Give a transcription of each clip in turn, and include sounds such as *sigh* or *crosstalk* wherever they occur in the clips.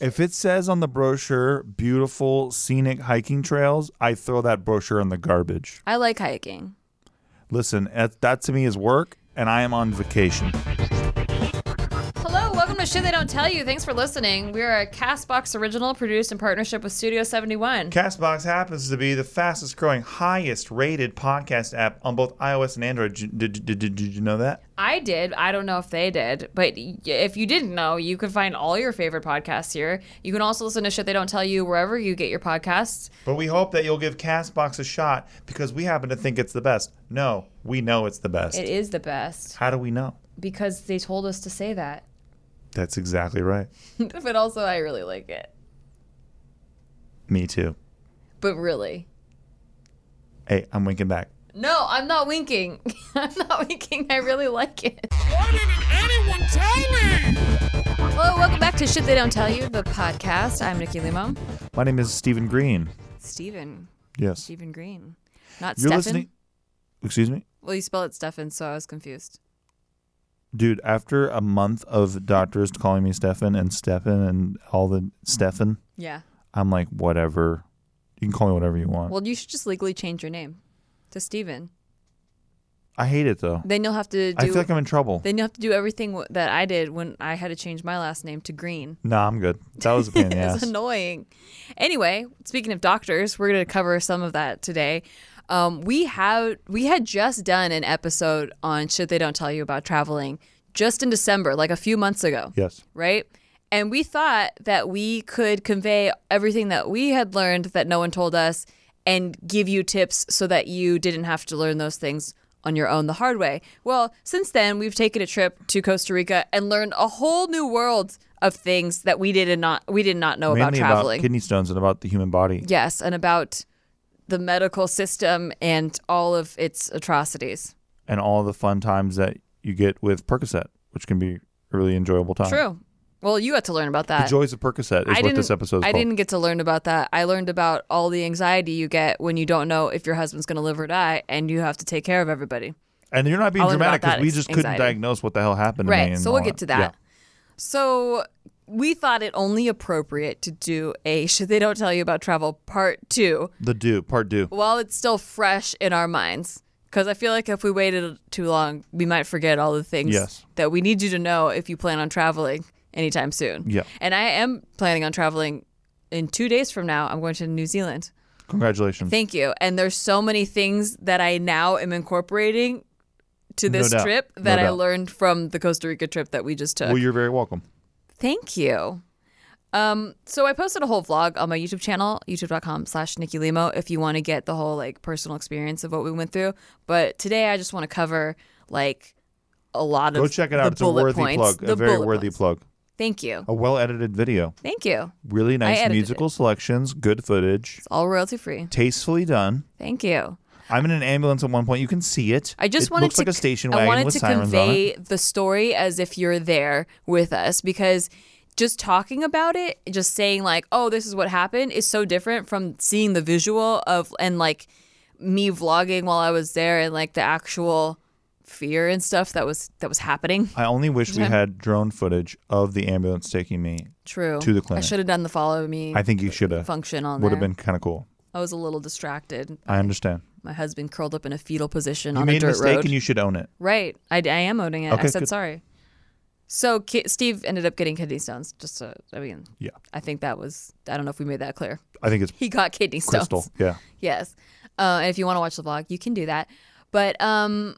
If it says on the brochure beautiful scenic hiking trails, I throw that brochure in the garbage. I like hiking. Listen, that, that to me is work, and I am on vacation. Hello, welcome to Shit They Don't Tell You. Thanks for listening. We are a Castbox original produced in partnership with Studio 71. Castbox happens to be the fastest growing, highest rated podcast app on both iOS and Android. Did, did, did, did, did you know that? I did. I don't know if they did, but y- if you didn't know, you can find all your favorite podcasts here. You can also listen to Shit They Don't Tell You wherever you get your podcasts. But we hope that you'll give Castbox a shot because we happen to think it's the best. No, we know it's the best. It is the best How do we know? because they told us to say that. *laughs* That's exactly right. but also, I really like it. Me too. But really. Hey, I'm winking back. No, I'm not winking. *laughs* I'm not winking. I really like it. Why didn't anyone tell me? Hello, welcome back to Shit They Don't Tell You, the podcast. I'm Nikki Limo. My name is Stephen Green. Steven. Yes. Stephen Green. Not You're Stefan. listening. Excuse me? Well, you spell it Stefan, so I was confused. Dude, after a month of doctors calling me Stefan and Stefan and all the Stefan, Yeah. I'm like, whatever. You can call me whatever you want. Well, you should just legally change your name to Steven. I hate it though. Then you'll have to do I feel like I'm in trouble. then you'll have to do everything w- that I did when I had to change my last name to Green. No, I'm good. That was a pain in the ass. *laughs* It's annoying. Anyway, speaking of doctors, we're going to cover some of that today. Um, we have we had just done an episode on shit they don't tell you about traveling just in December, like a few months ago. yes. right? And we thought that we could convey everything that we had learned that no one told us and give you tips so that you didn't have to learn those things on your own the hard way. Well, since then, we've taken a trip to Costa Rica and learned a whole new world of things that we did not we did not know about Mainly traveling. about kidney stones and about the human body. yes, and about the medical system and all of its atrocities. and all the fun times that you get with Percocet, which can be a really enjoyable time. True. Well, you got to learn about that. The joys of Percocet is I what didn't, this episode is I called. didn't get to learn about that. I learned about all the anxiety you get when you don't know if your husband's going to live or die and you have to take care of everybody. and you're not being I'll learn dramatic because about that we ex- just couldn't anxiety. diagnose what the hell happened. to me Right. and So we'll all get to that. So we thought it only appropriate to do a *laughs* should they don't tell you about travel part two Yeah. The do part do. while it's still fresh in our minds. Because I feel like if we waited too long, we might forget all the things Yes. that we need you to know if you plan on traveling anytime soon. Yeah. And I am planning on traveling in two days from now. I'm going to New Zealand. Congratulations. Thank you. And there's so many things that I now am incorporating to No this doubt. trip No that I doubt. learned from the Costa Rica trip that we just took. well, you're very welcome. Thank you. Um, so I posted a whole vlog on my YouTube channel, youtube.com slash Nikki Limo, if you want to get the whole like personal experience of what we went through. But today I just want to cover like a lot of Go check it the out. It's a bullet worthy points, plug. the A very bullet worthy points. plug. Thank you. A well edited video. Thank you. Really nice edited musical selections, good footage, It's all royalty free. tastefully done. Thank you. I'm in an ambulance at one point. You can see it. I just it wanted looks to like a station I wagon wanted with to sirens on it. convey the story as if you're there with us because just talking about it, just saying like, "Oh, this is what happened," is so different from seeing the visual of and like me vlogging while I was there and like the actual fear and stuff that was that was happening. I only wish we had drone footage of the ambulance taking me. True. To the I clinic. should have done the follow me I think you should have. function on Would there. have been kind of cool. I was a little distracted. I understand. My husband curled up in a fetal position You on a made a dirt mistake road. and you should own it. Right. I, I am owning it. I Okay, said good. sorry. So ki- Steve ended up getting kidney stones. Just to, I mean, Yeah. I think that was, I don't know if we made that clear. *laughs* I think it's He got kidney stones. crystal. Yeah. Yes. Uh, and if you want to watch the vlog, you can do that. But um,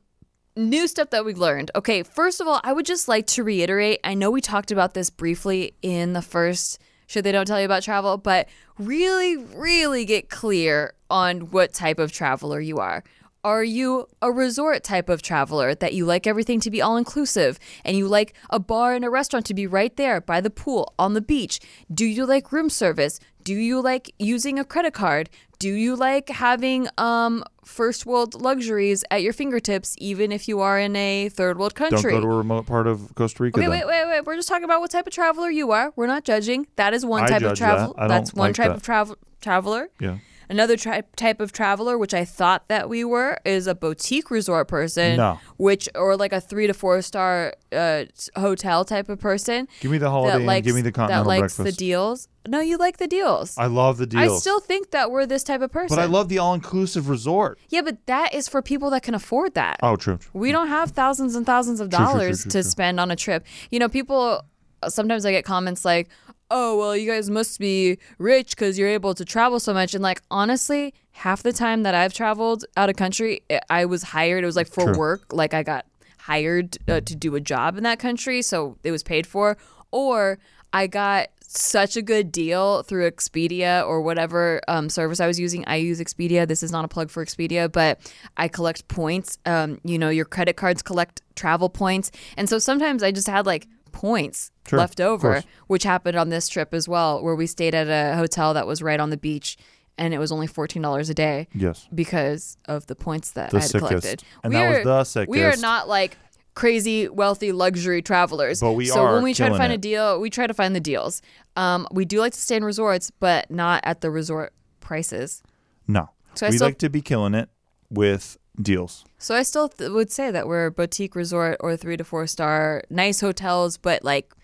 new stuff that we've learned. Okay. First of all, I would just like to reiterate I know we talked about this briefly in the first Should They Don't Tell You About Travel, but really, really get clear on what type of traveler you are. Are you a resort type of traveler that you like everything to be all inclusive and you like a bar and a restaurant to be right there by the pool on the beach? Do you like room service? Do you like using a credit card? Do you like having um first world luxuries at your fingertips even if you are in a third world Don't country? go to a remote part of Costa Rica. Okay, though. wait, wait, wait. We're just talking about what type of traveler you are. We're not judging. That is one I type of judge travel. that. I That's don't one like type that. of travel traveler. Yeah. Another tri- type of traveler, which I thought that we were, is a boutique resort person, No. which or like a three to four star uh, s- hotel type of person. Give me the Holiday Inn, give me the Continental that likes breakfast. the deals. No, you like the deals. I love the I deals. still think that we're this type of person. but I love the all-inclusive resort. yeah, but that is for people that can afford that. Oh, true. true. We don't have thousands and thousands of true, true, dollars true, to true. spend on a trip. You know, people sometimes I get comments like, "Oh, well, you guys must be rich because you're able to travel so much." And like, honestly, half the time that I've traveled out of country, I- I was hired. It was like for True. work. Like I got hired uh, to do a job in that country, so it was paid for. Or I got such a good deal through Expedia or whatever um, service I was using. I use Expedia. This is not a plug for Expedia, but I collect points. Um, you know, your credit cards collect travel points. And so sometimes I just had like points Sure, left of over, course. which happened on this trip as well, where we stayed at a hotel that was right on the beach and it was only $14 a day Yes. because of the points that The I had sickest. collected. And that was the sickest. We are not like crazy wealthy luxury travelers. But we so are when we try to killing find it. a deal, we try to find the deals. Um, we do like to stay in resorts, but not at the resort prices. No. So I we still- like to be killing it with deals. So I still th- would say that we're a boutique resort or three to four star, nice hotels, but like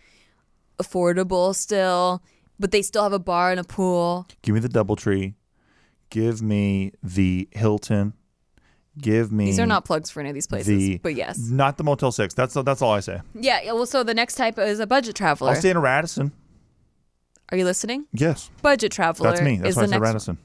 affordable still. But they still have a bar and a pool. Give me the DoubleTree. Give me the Hilton. Give me These are not plugs for any of these places, Mm. the but yes, not the Motel Six. That's that's all I say. yeah. yeah, Well, so the next type is a budget I'll traveler. stay in a Radisson. Are you listening? Yes, Budget traveler. that's me. That's is why I the said next Radisson.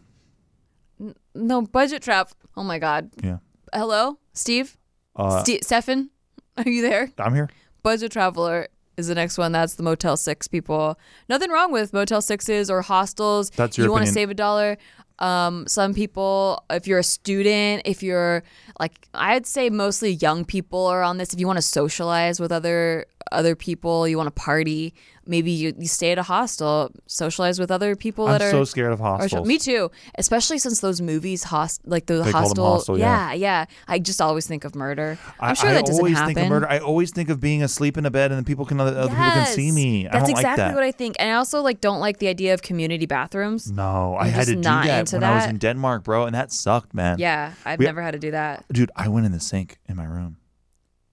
No, budget trap. Oh my God. Yeah, Hello, Steve? Uh, Ste- Stefan? *laughs* Are you there? I'm here. Budget traveler is the next one. That's the Motel 6 people. Nothing wrong with Motel 6s or hostels. That's your You want to opinion. save a dollar. Um, some people, if you're a student, if you're like, I'd say mostly young people are on this. If you want to socialize with other other people, you want to party, maybe you, you stay at a hostel, socialize with other people I'm that are so scared of or show- hostels. Oh, me too, especially since those movies, host like the They call them hostel. hostel, yeah. yeah, I just always think of murder. I, I'm sure I that doesn't always happen. think of murder. I always think of being asleep in a bed and then people can other, other people can see Yes. me. I That's don't exactly like that. Mm. what I think, and I also like don't like the idea of community bathrooms. no, I had just to do not that into when I was that. in Denmark, bro, and that sucked, man. Yeah, I've We- never had to do that. dude, I went in the sink in my room,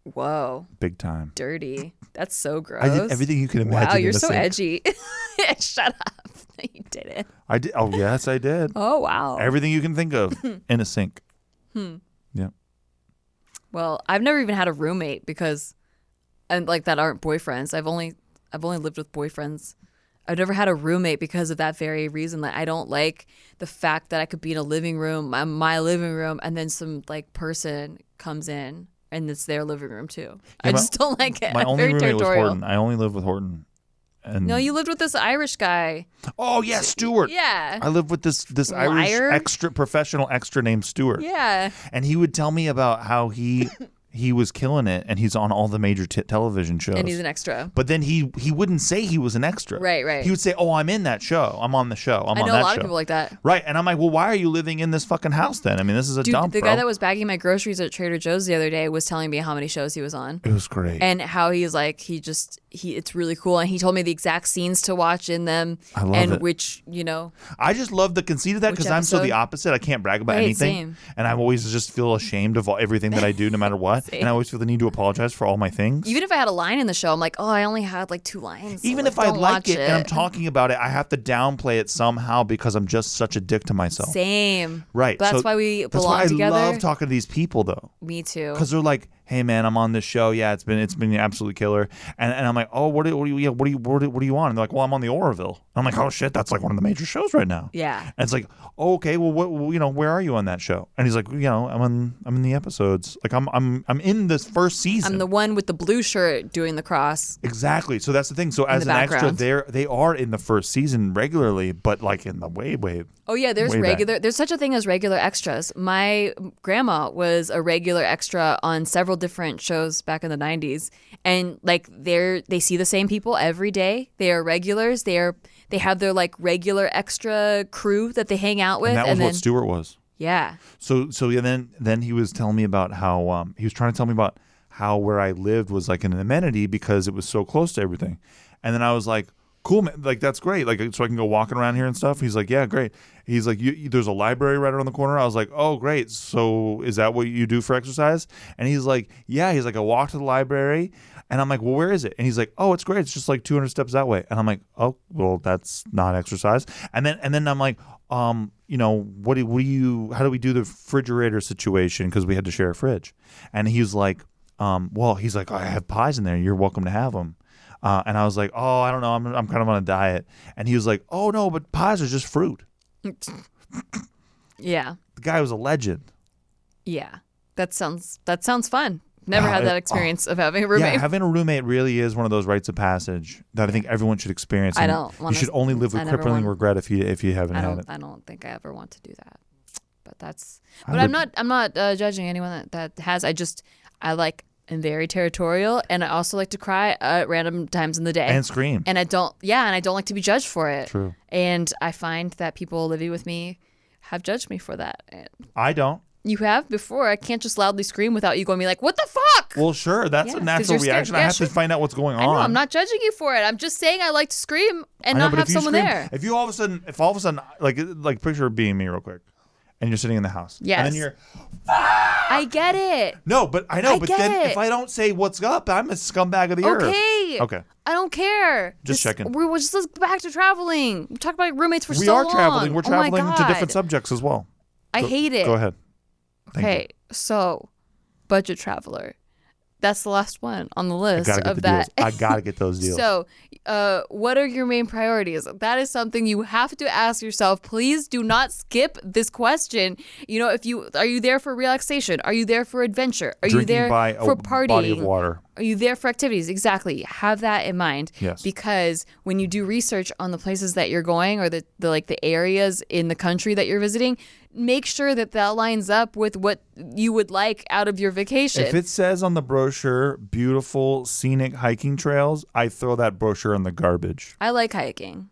Whoa, big time. dirty. That's so gross. I did everything you could imagine. Wow, in you're the so sink. edgy. *laughs* Shut up. *laughs* You did it. I did. Oh yes, I did. *laughs* Oh wow. Everything you can think *laughs* of in a sink. Yeah. well, I've never even had a roommate because, and like that aren't boyfriends. I've only I've only lived with boyfriends. I've never had a roommate because of that very reason. Like I don't like the fact that I could be in a living room, my, my living room, and then some like person comes in and it's their living room too. I my- just don't like it. My I'm only *laughs* very roommate territorial. was Horton. I only lived with Horton. And No, you lived with this Irish guy. Oh yeah, Stewart. Yeah. I lived with this this Liar. Irish extra professional extra named Stewart. yeah. And he would tell me about how *laughs* he he was killing it and he's on all the major t- television shows. And he's an extra. but then he he wouldn't say he was an extra. Right, right. He would say, "Oh, I'm in that show. I'm on the show. I'm I on know that a lot show." of people like that. right, and I'm like, "Well, why are you living in this fucking house then? I mean, this is a Dude, dump, the bro." guy that was bagging my groceries at Trader Joe's the other day was telling me how many shows he was on. it was great. and how he's like he just he it's really cool and he told me the exact scenes to watch in them I love and it. which you know I just love the conceit of that because Which I'm so the episode? opposite. I can't brag about Right, anything, same. and I always just feel ashamed of all, everything that I do, no matter what. and I always feel the need to apologize for all my things. even if I had a line in the show I'm like oh I only had like two lines so, Even like, if I don't like watch it, and I'm talking about it, I have to downplay it somehow because I'm just such a dick to myself. same Right. that's so why we That's why belong I together love talking to these people though, me too because they're like, "Hey man, I'm on this show. Yeah, it's been it's been absolutely killer." And, and I'm like, "Oh, what do, what do you yeah, what do you what do, what do you on?" And they're like, "Well, I'm on the Oroville." And I'm like, "Oh shit, that's like one of the major shows right now." yeah And it's like, oh, okay, well, what, well, you know, where are you on that show? And he's like, you know, I'm on, I'm in the episodes. Like, I'm, I'm, I'm in this first season. I'm the one with the blue shirt doing the cross exactly. So that's the thing. So as an the extra, background. they're, they are in the first season regularly, but like in the way, way. oh yeah there's Way back. regular there's such a thing as regular extras my grandma was a regular extra on several different shows back in the 90s and like they're they see the same people every day they are regulars they are they have their like regular extra crew that they hang out with And and, that was then what Stewart was. yeah So, so yeah, then, then he was telling me about how, um, he was trying to tell me about how where I lived was like an amenity because it was so close to everything. And then I was like, cool, man. Like that's great. Like so I can go walking around here and stuff. He's like, yeah, great. He's like, you, you- there's a library right around the corner. I was like, oh, great. So is that what you do for exercise? And he's like, yeah. He's like, I walked to the library, and I'm like, well, where is it? And he's like, oh, it's great. It's just like 200 steps that way. And I'm like, oh, well, that's not exercise. And then and then I'm like, um, you know, what do, what do you? How do we do the refrigerator situation? Because we had to share a fridge. And he's like, um, well, he's like, I have pies in there. You're welcome to have them. Uh, and I was like, oh, I don't know. I'm, I'm kind of on a diet. And he was like, oh, no, but pies are just fruit. *laughs* Yeah. The guy was a legend. Yeah. That sounds that sounds fun. Never had Yeah, that it- experience of having a roommate. Yeah, having a roommate really is one of those rites of passage that I think everyone should experience. I and don't You wanna- should only live I with never crippling want- regret if you if you haven't I had don't it. I don't think I ever want to do that. But that's I but I'm would- not I'm not uh, judging anyone that, that has. I just I like am very territorial and I also like to cry at random times in the day. And scream. and I don't yeah, and I don't like to be judged for it. True. And I find that people living with me have judged me for that. And I don't. You have before. I can't just loudly scream without you going be like, "What the fuck?" Well, sure, that's Yeah, a 'cause natural you're scared. reaction. I Yeah, have sure. to find out what's going I know, on. I'm not judging you for it. I'm just saying I like to scream and I know, not but have if you someone scream- there. If you all of a sudden, if all of a sudden, like like picture it being me real quick, and you're sitting in the house, and Yes. then you're I get it. no, but I know, I but get then it. if I don't say what's up, I'm a scumbag of the earth. Okay. Okay. I don't care. Just checking. We're, we're just let's go back to traveling. We talked about roommates for we so are long. traveling. We're Oh my traveling to different God. subjects as well. I hate it. Go ahead. Thank you. Okay, so budget traveler. That's the last one on the list Gotta get of the that. deals. I gotta get those deals. *laughs* So, uh, what are your main priorities? That is something you have to ask yourself. Please do not skip this question. You know, if you are you there for relaxation? Are you there for adventure? Are you Drinking there by for a partying? body of water. Are you there for activities? Exactly. Have that in mind. Yes. Because when you do research on the places that you're going or the, the like the areas in the country that you're visiting, make sure that that lines up with what you would like out of your vacation. If it says on the brochure beautiful scenic hiking trails, I throw that brochure in the garbage. I like hiking.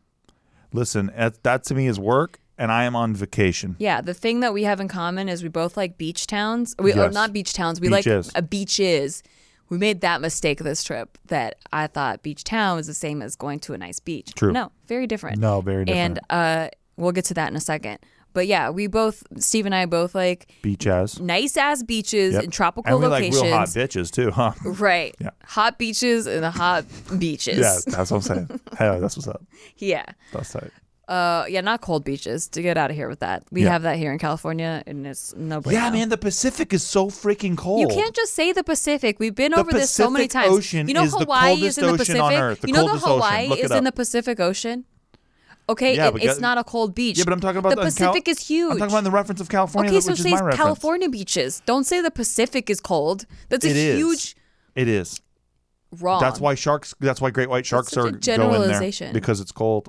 Listen, that, that to me is work, and I am on vacation. Yeah, the thing that we have in common is we both like beach towns. We oh, Yes. not beach towns. We Beaches. like a beaches. We made that mistake this trip that I thought beach town was the same as going to a nice beach. True. No, very different. No, very different. And uh, we'll get to that in a second. But yeah, we both Steve and I both like Beach ass. nice ass beaches Yep. and tropical and we locations. like real hot bitches too, huh? *laughs* Right. Yeah. Hot beaches and *laughs* the hot beaches. yeah, that's what I'm saying. Hey, that's what's up. Yeah. That's tight. Uh, yeah, not cold beaches. To get out of here with that. We Yeah. have that here in California and it's no bueno. Yeah, man, the Pacific is so freaking cold. You can't just say the Pacific. We've been The over this so many Pacific times. Ocean you know is the Hawaii coldest is in the ocean Pacific. on Earth, the you know the coldest ocean. Hawaii Look it is in up. the Pacific Ocean. Okay, Yeah, it- but it's got- not a cold beach. Yeah, but I'm talking about the in Cal- Pacific is huge. I'm talking about the reference of California, okay, which so is say my reference. California beaches. Don't say the Pacific is cold. That's a It is. huge It is. wrong. That's why sharks. That's why great white sharks such a are going generalization. there because it's cold.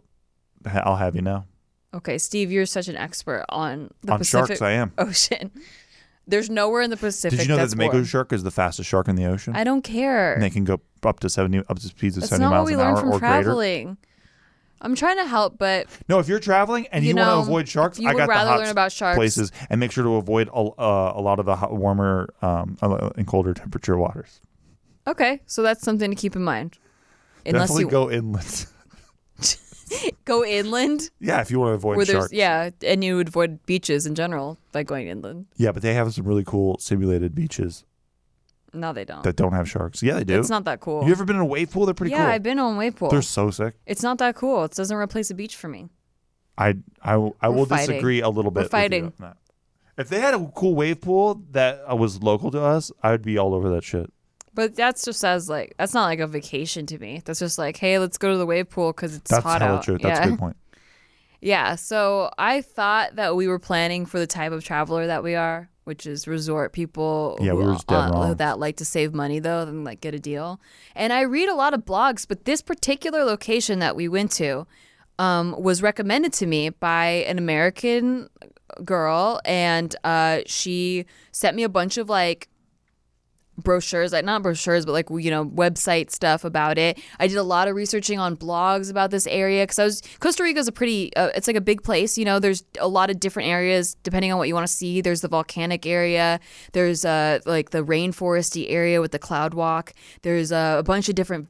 Ha- I'll have you know. Okay, Steve, you're such an expert on the On sharks, Pacific I am. Ocean. *laughs* There's nowhere in the Pacific. Did you know that that's the Mako warm. shark is the fastest shark in the ocean? I don't care. and they can go up to seventy, up to speeds of That's seventy not what miles we an learned hour from or greater. traveling. I'm trying to help, but No, if you're traveling and You you, want know, to avoid sharks, you I would got rather the hot learn about sharks. places and make sure to avoid a, uh, a lot of the hot, warmer um, uh, and colder temperature waters. okay, so that's something to keep in mind. Unless Definitely you go, go inland. *laughs* inland, yeah, if you want to avoid where sharks. there's yeah, and you would avoid beaches in general by going inland. Yeah, but they have some really cool simulated beaches No, they don't. that don't have sharks. Yeah, they do. It's not that cool. you ever been in a wave pool? They're pretty yeah, cool. I've been on wave pool. They're so sick. It's not that cool. It doesn't replace a beach for me. I I, I We're will fighting. disagree a little bit. We're with you fighting. on that. If they had a cool wave pool that uh, was local to us, I would be all over that shit. But that's just as like that's not like a vacation to me. That's just like, hey, let's go to the wave pool because it's That's hot hella out. true. That's yeah. a good point. *laughs* Yeah, so I thought that we were planning for the type of traveler that we are, which is resort people Yeah, who, we were just dead wrong. that like to save money though and like get a deal. And I read a lot of blogs, but this particular location that we went to um, was recommended to me by an American girl, and uh, she sent me a bunch of like brochures, like not brochures, but like you know website stuff about it. I did a lot of researching on blogs about this area because I was Costa Rica is a pretty, uh, it's like a big place. You know, there's a lot of different areas depending on what you want to see. There's the volcanic area. There's uh like the rainforesty area with the cloud walk. There's uh, a bunch of different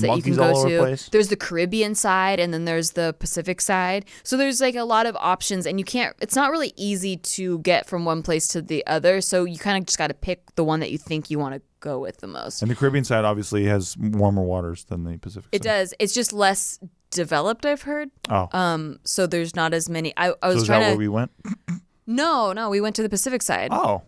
There's that you can monkeys all over go to. the place. There's the Caribbean side and then there's the Pacific side. So there's like a lot of options and you can't it's not really easy to get from one place to the other. So you kind of just got to pick the one that you think you want to go with the most. And the Caribbean side obviously has warmer waters than the Pacific. it side. does. It's just less developed I've heard. Oh, Um so there's not as many I, I so was is that trying where to we went? No, no, we went to the Pacific side. Oh,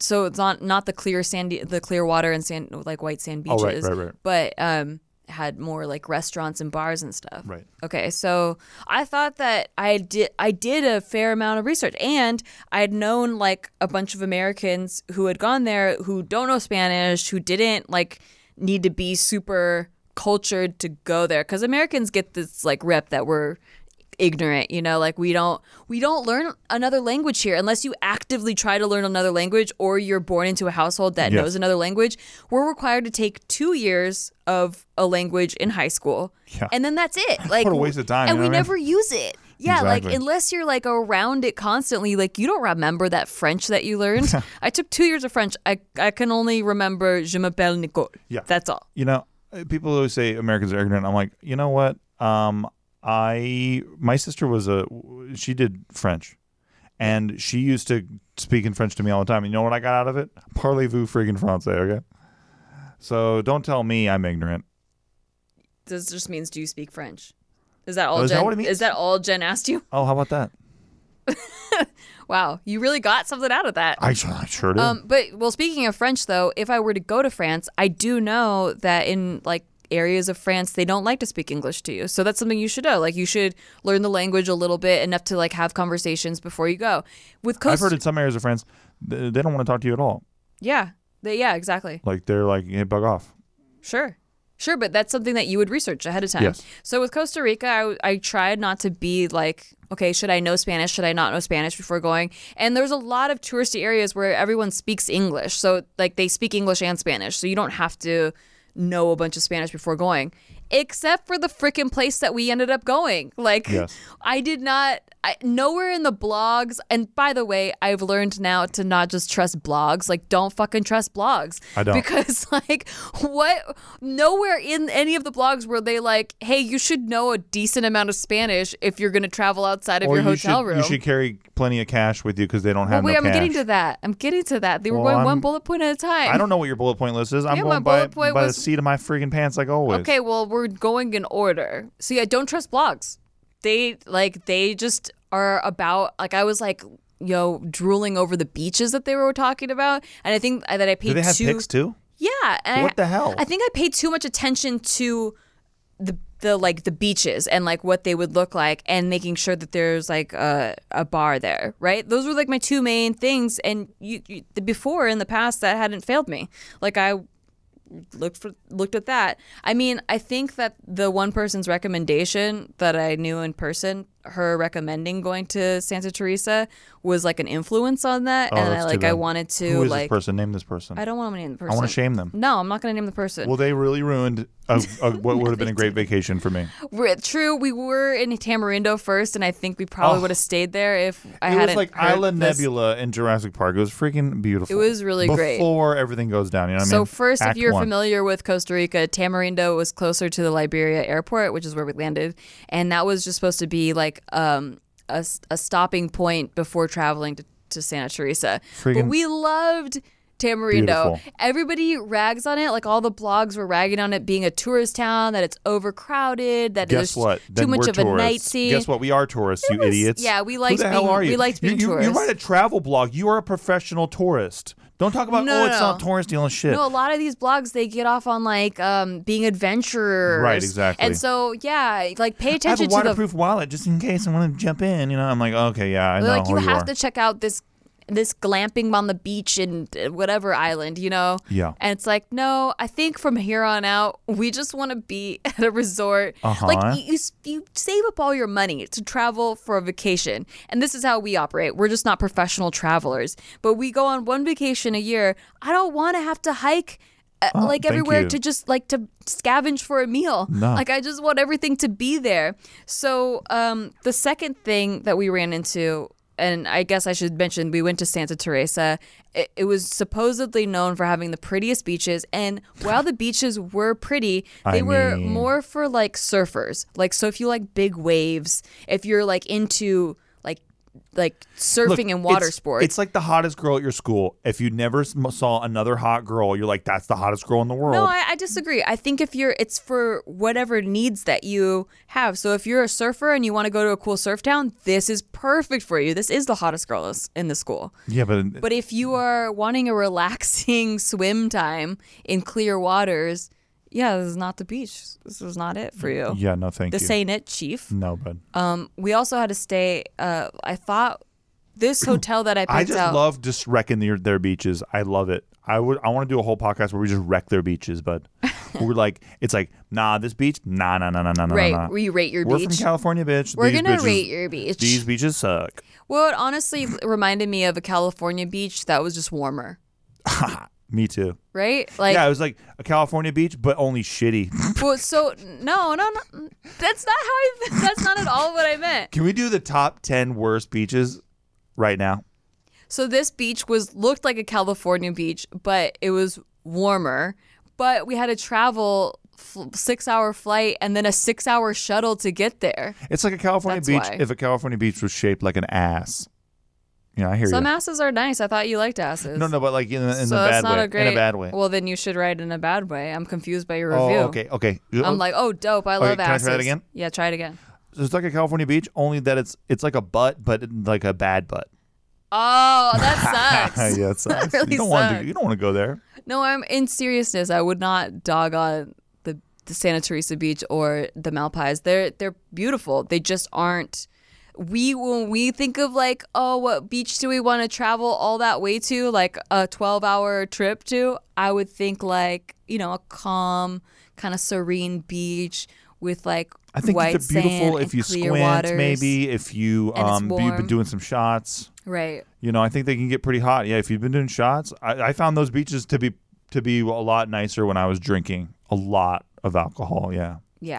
so it's not not the clear sandy the clear water and sand like white sand Oh, beaches right, right, right. but um had more like restaurants and bars and stuff Right. okay so i thought that i did i did a fair amount of research and i'd known like a bunch of americans who had gone there who don't know spanish who didn't like need to be super cultured to go there because americans get this like rep that we're ignorant you know like we don't we don't learn another language here unless you actively try to learn another language or you're born into a household that Yes. knows another language we're required to take two years of a language in high school Yeah. and then that's it like What a waste of time, you and know we what I mean? never use it yeah like Exactly. unless you're like around it constantly like you don't remember that french that you learned *laughs* i took two years of french i i can only remember je m'appelle nicole Yeah. that's all you know, uh, people always say Americans are ignorant. I'm like, you know what? Um, I my sister was a she did French, and she used to speak in French to me all the time. And you know what I got out of it? Parlez-vous friggin' français? Okay. So don't tell me I'm ignorant. this just means do you speak french is that all Oh, is that jen what it means? is that all jen asked you *laughs* Oh, how about that? Wow, you really got something out of that. I, I sure did. Um, but well, speaking of French, though, if I were to go to France, I do know that in like areas of France, they don't like to speak English to you. So that's something you should know. Like you should learn the language a little bit enough to like have conversations before you go. With I've Costa, heard in some areas of France, th- they don't want to talk to you at all. yeah, they, yeah, exactly. Like they're like, hey, bug off. Sure. Sure, but that's something that you would research ahead of time. Yes. So with Costa Rica, I, I tried not to be like, okay, should I know Spanish? Should I not know Spanish before going? And there's a lot of touristy areas where everyone speaks English. So like they speak English and Spanish. So you don't have to know a bunch of Spanish before going, except for the freaking place that we ended up going. Like, Yes. I did not. I, nowhere in the blogs, and by the way, I've learned now to not just trust blogs. Like, don't fucking trust blogs. I don't. Because, *laughs* like, what? Nowhere in any of the blogs were they like, hey, you should know a decent amount of Spanish if you're going to travel outside of or your you hotel should, room. You should carry plenty of cash with you because they don't Well, have wait, no I'm cash. getting to that. I'm getting to that. They were Well, going one I'm- bullet point at a time. I don't know what your bullet point list is. I'm Yeah, my going by, bullet point by was- the seat of my friggin' pants, like always. Okay, well, we're going in order. So yeah, don't trust blogs. They like they just are about like I was like yo drooling over the beaches that they were talking about, and I think that I paid Do they have too. pics too? Yeah. And What I- the hell? I think I paid too much attention to the the like the beaches and like what they would look like and making sure that there's like a, a bar there right those were like my two main things and you, you the before in the past that hadn't failed me like i looked for looked at that i mean i think that the one person's recommendation that i knew in person her recommending going to santa teresa was like an influence on that Oh, and that's i too like i bad. wanted to Who is like this person? Name this person. i don't want to name the I person want to shame them. no, I'm not going to name the person. Well, they really ruined a, *laughs* a, what would have been a great vacation for me. We're- true, we were in Tamarindo first, and I think we probably Oh. would have stayed there if I it hadn't. was like heard Isla this. Nebula in Jurassic Park. It was freaking beautiful. It was really Before great. Before everything goes down, you know what I So mean? first, Act if you're one. familiar with Costa Rica, Tamarindo was closer to the Liberia airport, which is where we landed, and that was just supposed to be like um, a, s- a stopping point before traveling to, to Santa Teresa. but Friggin' we loved Tamarindo. beautiful. Everybody rags on it. Like all the blogs were ragging on it being a tourist town, that it's overcrowded, that Guess there's what? too Then much we're of a tourists. night scene. Guess what? We are tourists, you idiots. yeah, we Who liked the hell being- are you? we liked being you, you, You tourists. write a travel blog. You are a professional tourist. Don't talk about No, oh, it's no. not tourist dealing shit. No, a lot of these blogs they get off on like um, being adventurers, Right, exactly. And so yeah, like pay I have a attention to the waterproof wallet just in case I want to jump in. You know, I'm like, okay, yeah, I know like you who you have are. to check out this this glamping on the beach in uh, whatever island, you know? Yeah. And it's like, no, I think from here on out, we just want to be *laughs* at a resort. Uh-huh. Like, you, you, s- you save up all your money to travel for a vacation. And this is how we operate. We're just not professional travelers, but we go on one vacation a year. I don't want to have to hike. uh, Oh, like thank everywhere you. to just like to scavenge for a meal. No. Like I just want everything to be there. So um, the second thing that we ran into, and I guess I should mention, we went to Santa Teresa. It, it was supposedly known for having the prettiest beaches, and while the beaches were pretty, they I were mean- more for like surfers. Like so, if you like big waves, if you're like into like like surfing Look, and water it's- sports, It's like the hottest girl at your school. If you never s- saw another hot girl, you're like, that's the hottest girl in the world. No, I, I disagree. I think if you're, it's for whatever needs that you have. So if you're a surfer and you want to go to a cool surf town, this is perfect for you. This is the hottest girl is- in the school. yeah, but, But if you are wanting a relaxing *laughs* swim time in clear waters, yeah, this is not the beach. This is not it for you. yeah, Mm. no, thank This you. ain't it, chief. No, but Um, we also had to stay. Uh, I thought this hotel that I picked I just out. love just wrecking their, their beaches. I love it. I would. I want to do a whole podcast where we just wreck their beaches, *laughs* but we're like, it's like, nah, this beach, nah, nah, nah, nah, nah, nah, Right, nah. where you rate your We're beach. from California, bitch. We're These gonna bitches- rate your beach. These beaches suck. Well, it honestly reminded me of a California beach that was just warmer, Me too. right? Like, yeah, it was like a California beach, but only shitty. *laughs* well, so no, no, no. That's not how I. *laughs* That's not at all what I meant. Can we do the top ten worst beaches right now? So this beach was looked like a California beach, but it was warmer. But we had to travel f- six-hour flight and then a six-hour shuttle to get there. It's like a California That's beach why. if a California beach was shaped like an ass. Yeah, I hear Some you. asses are nice. I thought you liked asses. no, no, but like in, a- in so the that's bad not way. a great. in a bad way. Well, then you should write in a bad way. I'm confused by your oh, review. okay, okay. I'm like, oh, dope. I Okay, love can I try asses. that again? Yeah, try it again. So it's like a California beach, only that it's it's like a butt, but like a bad butt. *laughs* Oh, *laughs* that sucks. yeah, it sucks. really you don't want sucks. to. You don't want to go there. No, I'm in seriousness. I would not dog on the, the Santa Teresa Beach or the Malpais. They're they're beautiful. They just aren't. We when we think of like, oh, what beach do we want to travel all that way to? Like a 12-hour trip to? I would think like you know a calm, kind of serene beach with like I think white it's beautiful sand if and you clear squint, waters. maybe if you and it's um you've warm. been doing some shots. right. You know, I think they can get pretty hot. Yeah, if you've been doing shots, I, I found those beaches to be to be a lot nicer when I was drinking a lot of alcohol. Yeah, Yeah.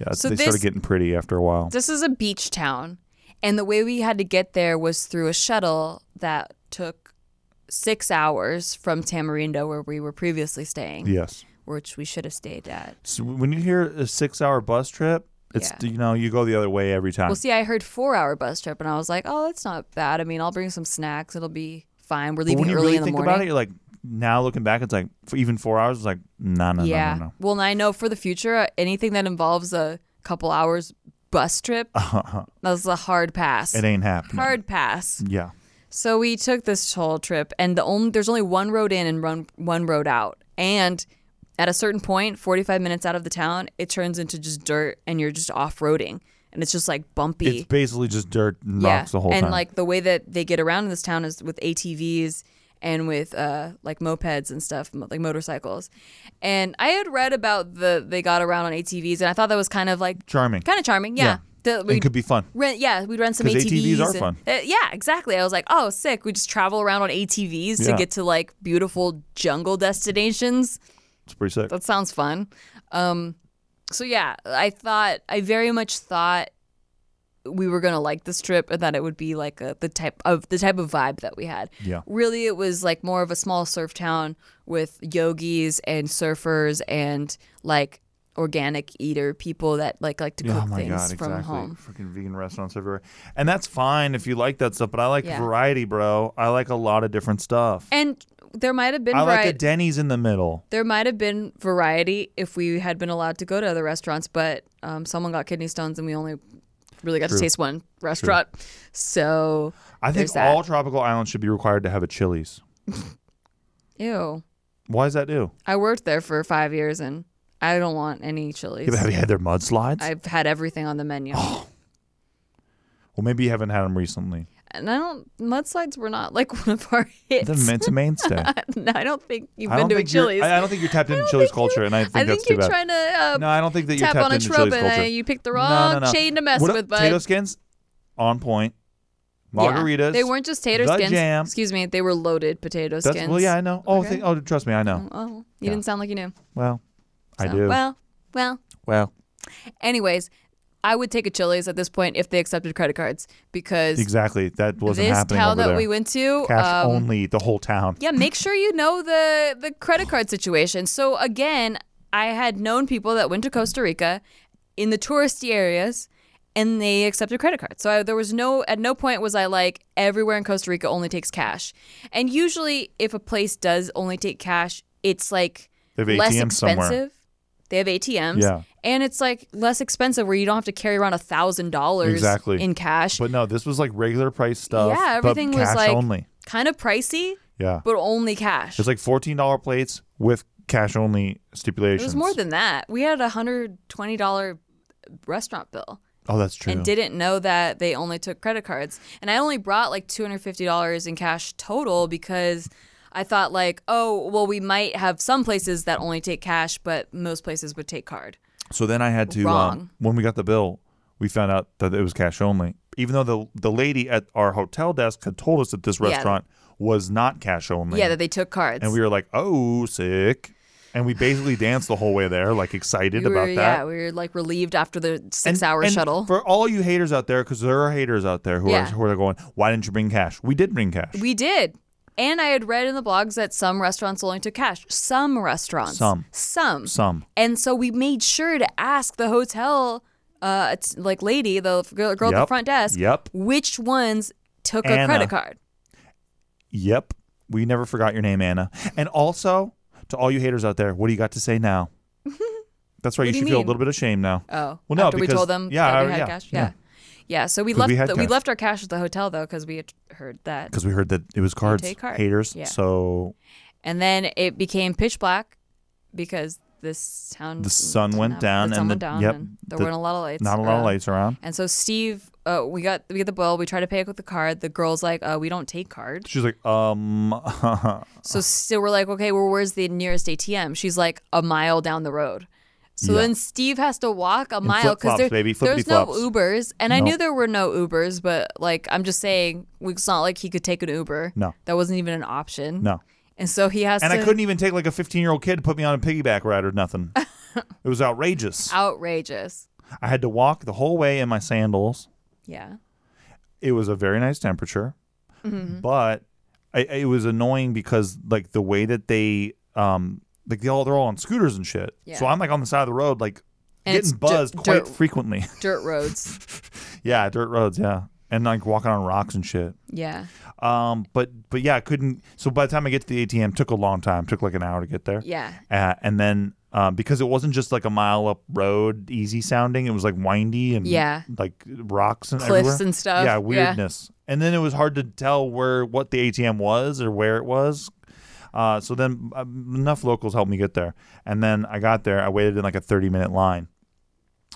yeah, So they this- started getting pretty after a while. This is a beach town, and the way we had to get there was through a shuttle that took six hours from Tamarindo, where we were previously staying, yes, which we should have stayed at. so when you hear a six-hour bus trip, it's Yeah. you know you go the other way every time. Well, see, I heard four hour bus trip, and I was like, oh, that's not bad. I mean, I'll bring some snacks. It'll be fine. We're but leaving when you early really in the think morning. about it, you're like now looking back, it's like for even four hours. It's like no, no, yeah. no, no, Well, and I know for the future, uh, anything that involves a couple hours *laughs* bus trip, that's a hard pass. no. Uh-huh. It ain't happening. hard pass. Yeah. So we took this whole trip, and the only there's only one road in and run, one road out. And at a certain point, 45 minutes out of the town, it turns into just dirt, and you're just off roading, and it's just like bumpy. It's basically just dirt and yeah, rocks the whole and time. like the way that they get around in this town is with ATVs and with uh, like mopeds and stuff, mo- like motorcycles. And I had read about the they got around on ATVs, and I thought that was kind of like Charming. kind of charming. Yeah, The- it could be fun. rent yeah we'd rent some 'Cause ATVs, ATVs are and- fun. Uh, yeah exactly I was like oh sick we just travel around on ATVs to Yeah. get to like beautiful jungle destinations It's pretty sick. that sounds fun um so yeah I thought I very much thought we were gonna like this trip and that it would be like a, the type of the type of vibe that we had Yeah. really it was like more of a small surf town with yogis and surfers and like organic eater people that like like to cook oh my things god, from exactly. home Freaking vegan restaurants everywhere, and that's fine if you like that stuff. But I like Yeah. variety, bro. I like a lot of different stuff. And there might have been I like vari- a Denny's in the middle. there might have been variety if we had been allowed to go to other restaurants, but um, someone got kidney stones and we only really got to True. taste one restaurant. So I There's think that. all tropical islands should be required to have a Chili's. ew. Why does that do? I worked there for five years and I don't want any chilies. Have you had their mudslides? *gasps* I've had everything on the menu. well, maybe you haven't had them recently. and I don't mudslides were not like *laughs* one of our hits. The it's a *laughs* mainstay. no, I don't think you've I don't been to a think you're- Chili's. I, I don't think you're tapped into Chili's culture, and I think I that's think too you're bad. trying to uh, no, I don't think that you're tap tapped on a into trope Chili's and uh, culture. you picked the No, wrong no, no. chain to mess What- with, bud. Tato skins on point. Yeah. Margaritas. They weren't just tater the skins. jam. Excuse me. They were loaded potato That's, skins. Well, yeah, I know. Oh, Okay. thi- oh, trust me, I know. Oh, you Yeah. didn't sound like you knew. Well, I So, do. Well, Well, well. well, Anyways, I would take a Chili's at this point if they accepted credit cards because exactly. That wasn't this happening town over that there. we went to. Cash um, only. The whole town. Yeah, make sure you know the the credit card situation. So again, I had known people that went to Costa Rica in the touristy areas and they accepted credit cards. So I, there was no at no point was I like everywhere in Costa Rica only takes cash. And usually if a place does only take cash, it's like They have less ATMs somewhere. expensive. They have ATMs. Yeah. And it's like less expensive where you don't have to carry around a thousand dollars Exactly. in cash. But no, this was like regular price stuff. yeah, everything but was cash like only. kind of pricey, Yeah, but only cash. it's like fourteen dollar plates with cash only stipulations. It was more than that. We had a hundred twenty dollar restaurant bill Oh, that's true. and didn't know that they only took credit cards. And I only brought like two hundred fifty dollars in cash total because I thought like, oh, well, we might have some places that only take cash, but most places would take card. So then I had to. Wrong. Um, when we got the bill, we found out that it was cash only, even though the the lady at our hotel desk had told us that this Yeah. restaurant was not cash only. Yeah, that they took cards. and we were like, "Oh, sick!" And we basically danced the whole way there, like excited We were, about that. Yeah, we were like relieved after the And- six hour and shuttle. for all you haters out there, because there are haters out there who Yeah. are who are going, "Why didn't you bring cash?" We did bring cash. we did. And I had read in the blogs that some restaurants only took cash. Some restaurants. Some. Some. Some. And so we made sure to ask the hotel, uh, it's like lady, the f- girl, girl at the Yep. front desk, Yep. which ones took a Anna. credit card. Yep. We never forgot your name, Anna. And also, to all you haters out there, what do you got to say *laughs* now? That's right. What you do should you feel mean? a little bit of shame now. Oh, Well, no, after we because- told them yeah, that we I- had yeah, cash. yeah. Yeah. yeah, so we 'Cause left we had the, we cash. left our cash at the hotel though because we had heard that, Because we heard that it was cards, take cards. haters. Yeah. So and then it became pitch black because this town the sun didn't went have- down, the sun and went the- down yep, and there the- weren't a lot of lights, not a lot of around. lights around. And so Steve, uh, we got we get the bill. We try to pay it with the card. The girl's like, uh, "We don't take card." She's like, um, *laughs* So, so we're like, okay, well, where's the nearest ATM? She's like a mile down the road. So Yeah. then Steve has to walk a mile because flip-flops, there, baby, there's no flippity-flops. Ubers, and I No. knew there were no Ubers, but like I'm just saying, it's not like he could take an Uber. No. that wasn't even an option. no. and so he has And to. I couldn't even take like a 15 year old kid to put me on a piggyback ride or *laughs* nothing. it was outrageous. outrageous. I had to walk the whole way in my sandals. Yeah, It was a very nice temperature, Mm-hmm. but I, it was annoying because like the way that they, um, like they all they're all on scooters and shit. Yeah. So I'm like on the side of the road, like And it's getting di- buzzed quite dirt- frequently. *laughs* dirt roads. yeah, dirt roads. Yeah, and like walking on rocks and shit. yeah, Um, but but yeah, I couldn't. So by the time I get to the ATM, took a long time. Took like an hour to get there. yeah. Uh, and then um, because it wasn't just like a mile up road, easy sounding. It was like windy and Yeah. like rocks and Cliffs everywhere. and stuff. Yeah, Yeah. weirdness. And then it was hard to tell where what the ATM was or where it was. Uh, so then uh, enough locals helped me get there, and then I got there. I waited in like a thirty minute line,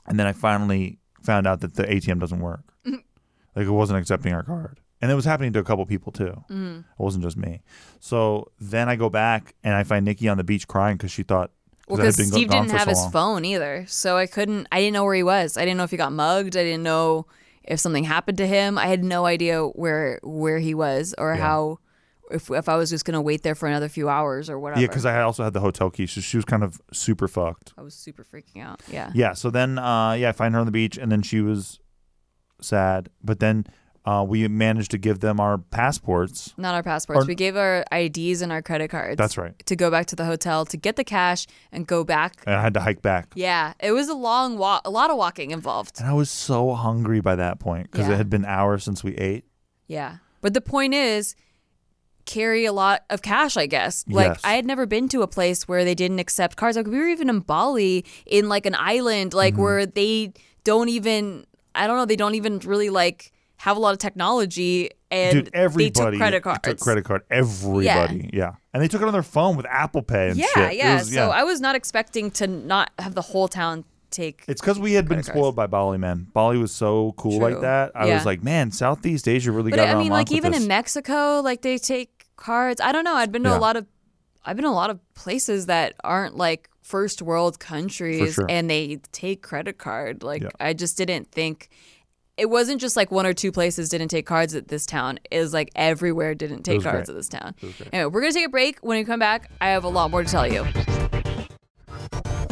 and then I finally found out that the ATM doesn't *laughs* work. like it wasn't accepting our card, and it was happening to a couple people too. Mm. It wasn't just me. So then I go back and I find Nikki on the beach crying because she thought Well, 'cause I had because been go- Steve gone didn't for have so his long. phone either, so I couldn't. I didn't know where he was. I didn't know if he got mugged. I didn't know if something happened to him. I had no idea where where he was or how if if I was just gonna wait there for another few hours or whatever. Yeah, because I also had the hotel key, so she was kind of super *laughs* fucked. I was super freaking out. Yeah. Yeah. So then, uh, yeah, I find her on the beach, and then she was sad. But then uh, we managed to give them our passports. Not our passports. Or- we gave our IDs and our credit cards. That's right. To go back to the hotel to get the cash and go back. And I had to hike back. Yeah, it was a long walk, a lot of walking involved. And I was so hungry by that point because Yeah. it had been hours since we ate. Yeah. But the point is, carry a lot of cash, I guess. Like, Yes. I had never been to a place where they didn't accept cards. Like, we were even in Bali in like an island, like Mm-hmm. where they don't even, I don't know, they don't even really like have a lot of technology. And Dude, everybody they took credit cards. Took credit card. Everybody. Yeah. And they took it on their phone with Apple Pay and yeah, shit. It yeah. was- So I was not expecting to not have the whole town take. It's because we had been Credit cards. spoiled by Bali, man. Bali was so cool like True. that. I Yeah. was like, man, Southeast Asia really but got I it mean, on lock like with even this. in Mexico, like they take cards. I don't know. I've been to Yeah. a lot of, I've been to a lot of places that aren't like first world countries, sure. and they take credit card. Like Yeah. I just didn't think. It wasn't just like one or two places didn't take cards at this town. It was like everywhere didn't take was cards great. at this town. Anyway, we're gonna take a break. When we come back, I have a lot more to tell *laughs* you.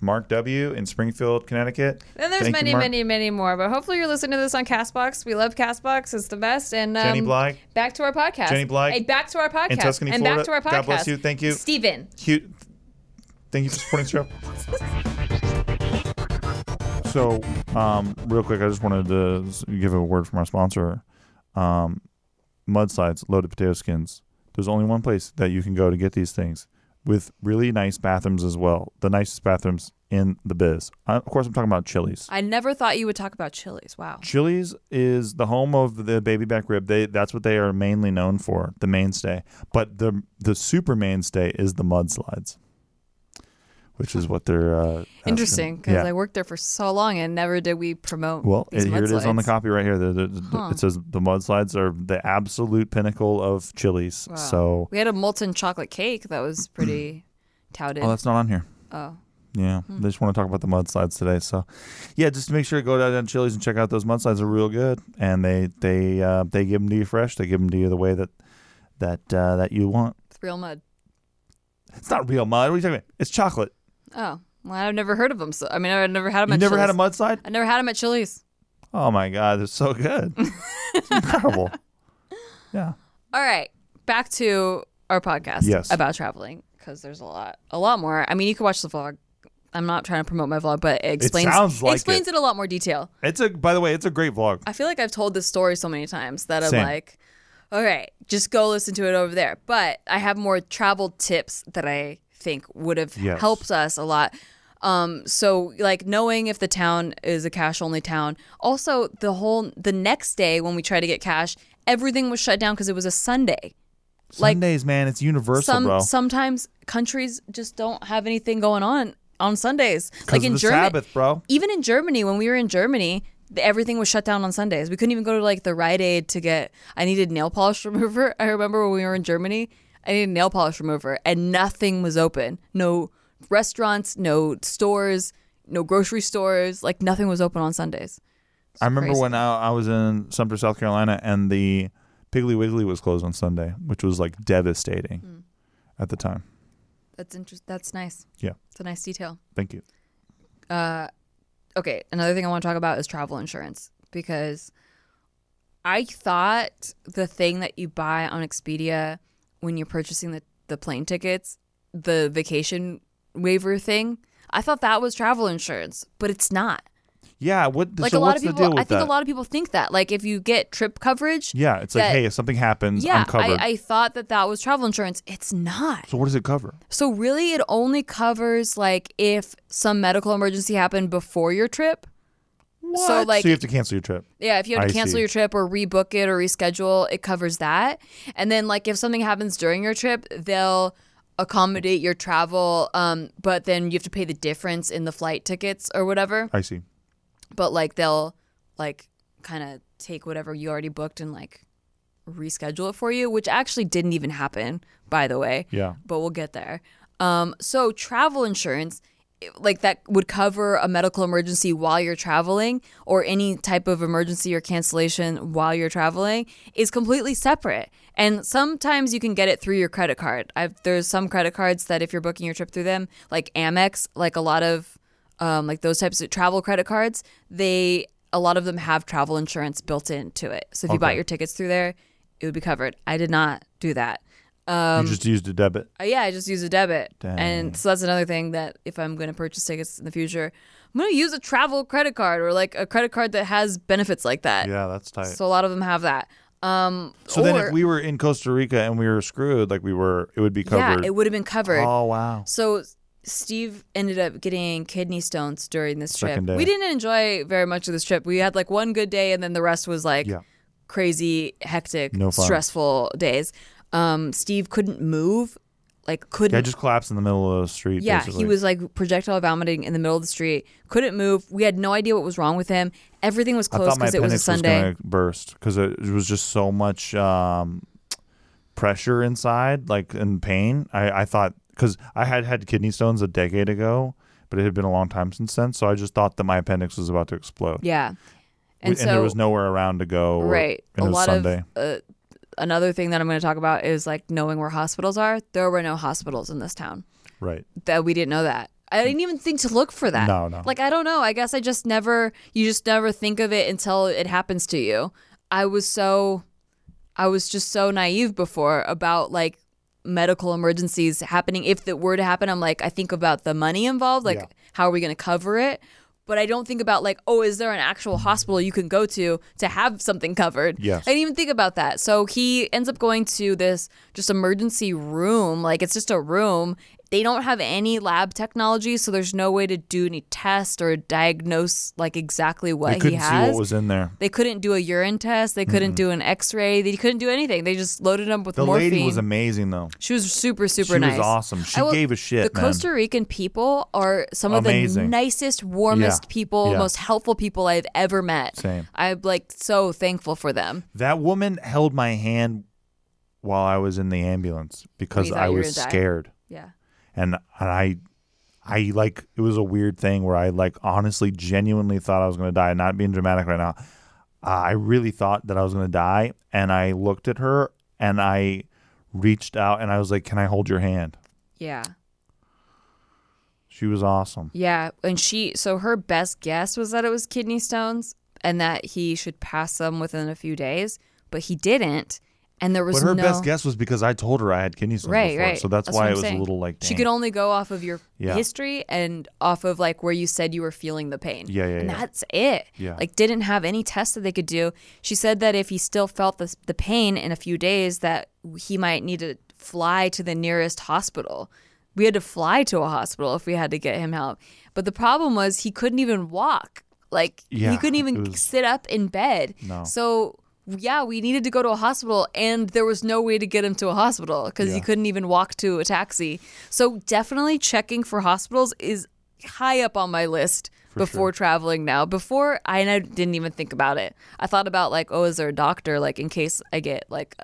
Mark W. in Springfield, Connecticut. And there's Thank you, many, Mark. many, many more. But hopefully you're listening to this on Castbox. We love Castbox. It's the best. And um, Jenny Blyke. back to our podcast. Jenny Blyke. Hey, back to our podcast. In Tuscany, and back Florida. to our podcast. God bless you. Thank you. Steven. Cute. Thank you for supporting the show. So, um, real quick, I just wanted to s- give a word from our sponsor, um, Mudslides Loaded Potato Skins. There's only one place that you can go to get these things with really nice bathrooms as well. The nicest bathrooms in the biz. Uh, of course, I'm talking about Chili's. I never thought you would talk about chilies. Wow. Chili's is the home of the baby back rib. They that's what they are mainly known for, the mainstay. But the the super mainstay is the mudslides, which is what they're uh, asking. Interesting, because Yeah. I worked there for so long and never did we promote. well, these it- here it is on the mudslides. copy right here. The- the- the- Huh. It says the mudslides are the absolute pinnacle of Chili's. Wow. So, we had a molten chocolate cake that *clears throat* was pretty touted. oh, that's not on here. oh, Yeah, they just want to talk about the mudslides today. So, yeah, just make sure to go down to Chili's and check out those mudslides. They're real good, and they they uh, they give them to you fresh. They give them to you the way that that uh, that you want. it's real mud. It's not real mud. What are you talking about? It's chocolate. Oh, well, I've never heard of them. So I mean, I've never had them. You at never Chili's. had a mudslide? I never had them at Chili's. Oh my god, they're so *laughs* good. it's incredible. Yeah. All right, back to our podcast. Yes. about traveling because there's a lot, a lot more. I mean, you could watch the vlog. I'm not trying to promote my vlog, but it explains sounds like explains it. in a lot more detail. It's a by the way, it's a great vlog. I feel like I've told this story so many times that I'm Same. like, all right, just go listen to it over there. But I have more travel tips that I think would have Yes. helped us a lot. Um, so like knowing if the town is a cash only town. Also, the whole the next day when we tried to get cash, everything was shut down because it was a Sunday. like- Sundays, man, it's universal, Some bro. sometimes countries just don't have anything going on on Sundays. 'Cause Like in of the Germany, Sabbath, bro. even in Germany, when we were in Germany, th- everything was shut down on Sundays. We couldn't even go to like the Rite Aid to get. I needed nail polish *laughs* remover. I remember when we were in Germany, I needed nail polish remover, and nothing was open. No restaurants, no stores, no grocery stores. Like nothing was open on Sundays. I remember crazy. when I, I was in Sumter, South Carolina, and the Piggly Wiggly was closed on Sunday, which was like devastating Hmm. at the time. That's interesting. That's nice. Yeah. It's a nice detail. Thank you. okay, another thing I want to talk about is travel insurance because I thought the thing that you buy on Expedia when you're purchasing the, the plane tickets, the vacation waiver thing, I thought that was travel insurance, but it's not. Yeah, what Like so a lot what's of the deal people, with I think that? a lot of people think that. Like if you get trip coverage, yeah, it's like, that- hey, if something happens, yeah, I'm covered. I, I thought that that was travel insurance. It's not. so what does it cover? So really, it only covers like if some medical emergency happened before your trip. So like so you have to cancel your trip. Yeah, if you had to I cancel see. your trip or rebook it or reschedule, it covers that. And then like if something happens during your trip, they'll accommodate your travel, um, but then you have to pay the difference in the flight tickets or whatever. I see. But like they'll like kind of take whatever you already booked and like reschedule it for you, which actually didn't even happen, by the way Yeah. but we'll get there. Um, so travel insurance, it- like that would cover a medical emergency while you're traveling or any type of emergency or cancellation while you're traveling is completely separate. And sometimes you can get it through your credit card. I've, there's some credit cards that if you're booking your trip through them, like Amex, like a lot of um, like those types of travel credit cards, they a lot of them have travel insurance built into it. So if you bought your tickets through there, it would be covered. I did not do that. Um, you just used a debit. Uh, yeah, I just use a debit, Dang. and so that's another thing that if I'm going to purchase tickets in the future, I'm gonna use a travel credit card or like a credit card that has benefits like that. Yeah, that's tight. So, So a lot of them have that. Um, then or- if we were in Costa Rica and we were screwed, like we were, it would be yeah, covered. it would have been covered. Oh wow. So Steve ended up getting kidney stones during this trip. Second day. We didn't enjoy very much of this trip. We had like one good day, and then the rest was like Yeah. crazy, hectic, No fun. stressful days. Um, Steve couldn't move, like couldn't. Yeah, I just collapsed in the middle of the street. Yeah, basically. he was like projectile vomiting in the middle of the street. Couldn't move. We had no idea what was wrong with him. Everything was I closed thought my because it was a appendix was Sunday. gonna burst because it it was just so much um, pressure inside, like and pain. I, I thought because I had had kidney stones a decade ago, but it had been a long time since then. So I just thought that my appendix was about to explode, Yeah, and, We- so there was nowhere around to go. or- right, and a it was lot Sunday. of. Uh, Another thing that I'm going to talk about is like knowing where hospitals are. There were no hospitals in this town. right. that we didn't know that. I didn't even think to look for that. No, no. Like I don't know. I guess I just never you just never think of it until it happens to you. I was so I was just so naive before about like medical emergencies happening if it were to happen. I'm like I think about the money involved, like Yeah. how are we going to cover it? But I don't think about like, oh, is there an actual hospital you can go to to have something covered? Yes. I didn't even think about that. So he ends up going to this just emergency room. Like it's just a room. They don't have any lab technology, so there's no way to do any test or diagnose like exactly what They couldn't he see has. what was in there. they couldn't do a urine test. They couldn't do an X-ray. They couldn't do anything. They just loaded him with Mm-hmm. The morphine. lady was amazing though. she was super super she nice. was awesome. She I will- gave a shit, The man. Costa Rican people are some of the Amazing. nicest, warmest Yeah. people, Yeah. most helpful people I've ever met. Same. I'm like so thankful for them. That woman held my hand while I was in the ambulance because thought I you were was gonna die. scared. Yeah. and and I I like it was a weird thing where I like honestly genuinely thought I was going to die not being dramatic right now uh, I really thought that I was going to die and I looked at her and I reached out and I was like can I hold your hand Yeah. she was awesome Yeah. And she, so her best guess was that it was kidney stones and that he should pass them within a few days, but he didn't. And there was but her no. best guess was because I told her I had kidney stones Right, before right. so that's, That's what why I'm it was saying. a little like She dang. could only go off of your Yeah. history and off of like where you said you were feeling the pain. Yeah, yeah, And yeah. that's it. Yeah. Like didn't have any tests that they could do. She said that if he still felt the, the pain in a few days, that he might need to fly to the nearest hospital. We had to fly to a hospital if we had to get him help. But the problem was he couldn't even walk. Like he Yeah, couldn't even it was- sit up in bed. No. So yeah, we needed to go to a hospital, and there was no way to get him to a hospital because he Yeah. couldn't even walk to a taxi. So definitely checking for hospitals is high up on my list before traveling now. Before I, and I didn't even think about it. I thought about like, oh, is there a doctor like in case I get like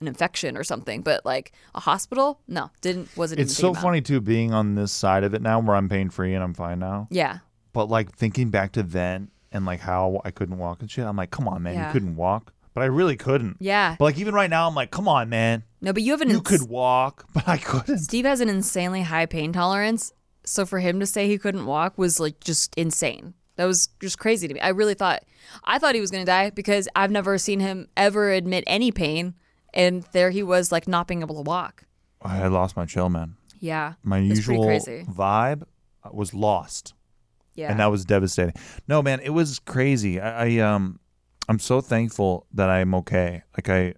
an infection or something? But like a hospital, no, didn't wasn't. it's even so thinking about it. funny too being on this side of it now where I'm pain free and I'm fine now Yeah, but like thinking back to then and like how I couldn't walk and shit I'm like come on man Yeah. you couldn't walk but I really couldn't yeah. But like even right now, I'm like, come on, man, No, but you have an you ins- could walk, *laughs* but I couldn't. Steve has an insanely high pain tolerance. So for him to say he couldn't walk was like just insane. That was just crazy to me. I really thought I thought he was going to die because I've never seen him ever admit any pain and there he was like not being able to walk. I lost my chill, man. Yeah. My It's pretty usual crazy. vibe uh, was lost, Yeah. and that was devastating. No, man, it was crazy. I, I um, I'm so thankful that I'm okay. Like I,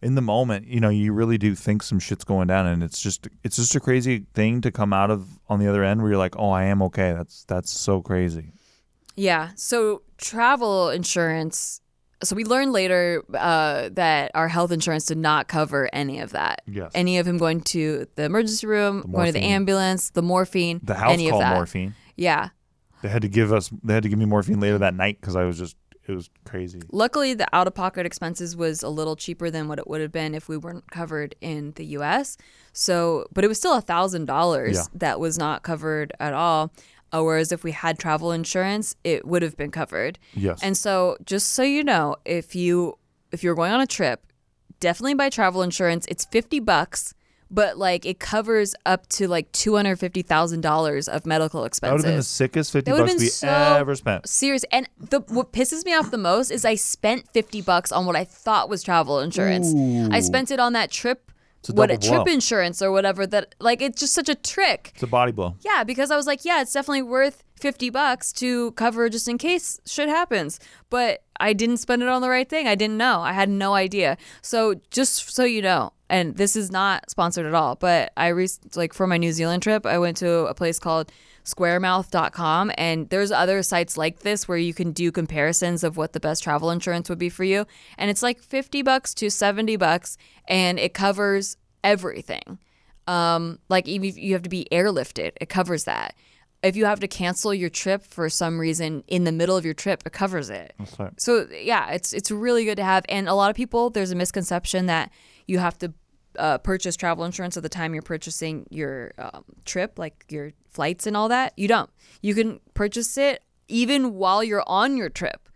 in the moment, you know, you really do think some shit's going down, and it's just, it's just a crazy thing to come out of on the other end where you're like, oh, I am okay. That's that's so crazy. Yeah. So travel insurance. So we learned later uh, that our health insurance did not cover any of that. Yes. Any of him going to the emergency room, going to the morphine. ambulance, the morphine, The house any call of that. morphine. Yeah. They had to give us. They had to give me morphine later that night because I was just. It was crazy. Luckily, the out of pocket expenses was a little cheaper than what it would have been if we weren't covered in the US. So, but it was still Yeah. $1,000 that was not covered at all. Uh, whereas if we had travel insurance, it would have been covered. Yes. And so, just so you know, if you if you're going on a trip, definitely buy travel insurance. It's 50 bucks, but like it covers up to like $250,000 of medical That would expenses. have been the sickest fifty That would've bucks been we so- ever spent. Serious. And the what pisses me off the most is I spent 50 bucks on what I thought was travel insurance. I Ooh. spent it on that trip It's a what double trip blow. insurance or whatever that like it's just such a trick. It's a body blow. Yeah, because I was like, yeah, it's definitely worth 50 bucks to cover just in case shit happens. But I didn't spend it on the right thing. I didn't know. I had no idea. So just so you know, and this is not sponsored at all, but I re- like for my New Zealand trip, I went to a place called squaremouth.com and there's other sites like this where you can do comparisons of what the best travel insurance would be for you and it's like 50 bucks to 70 bucks and it covers everything um, like even if you have to be airlifted, it covers that. If you have to cancel your trip for some reason in the middle of your trip, it covers it. That's right. So yeah, it's it's really good to have. And a lot of people, there's a misconception that you have to uh, purchase travel insurance at the time you're purchasing your um, trip, like your flights and all that. You don't. You can purchase it even while you're on your trip.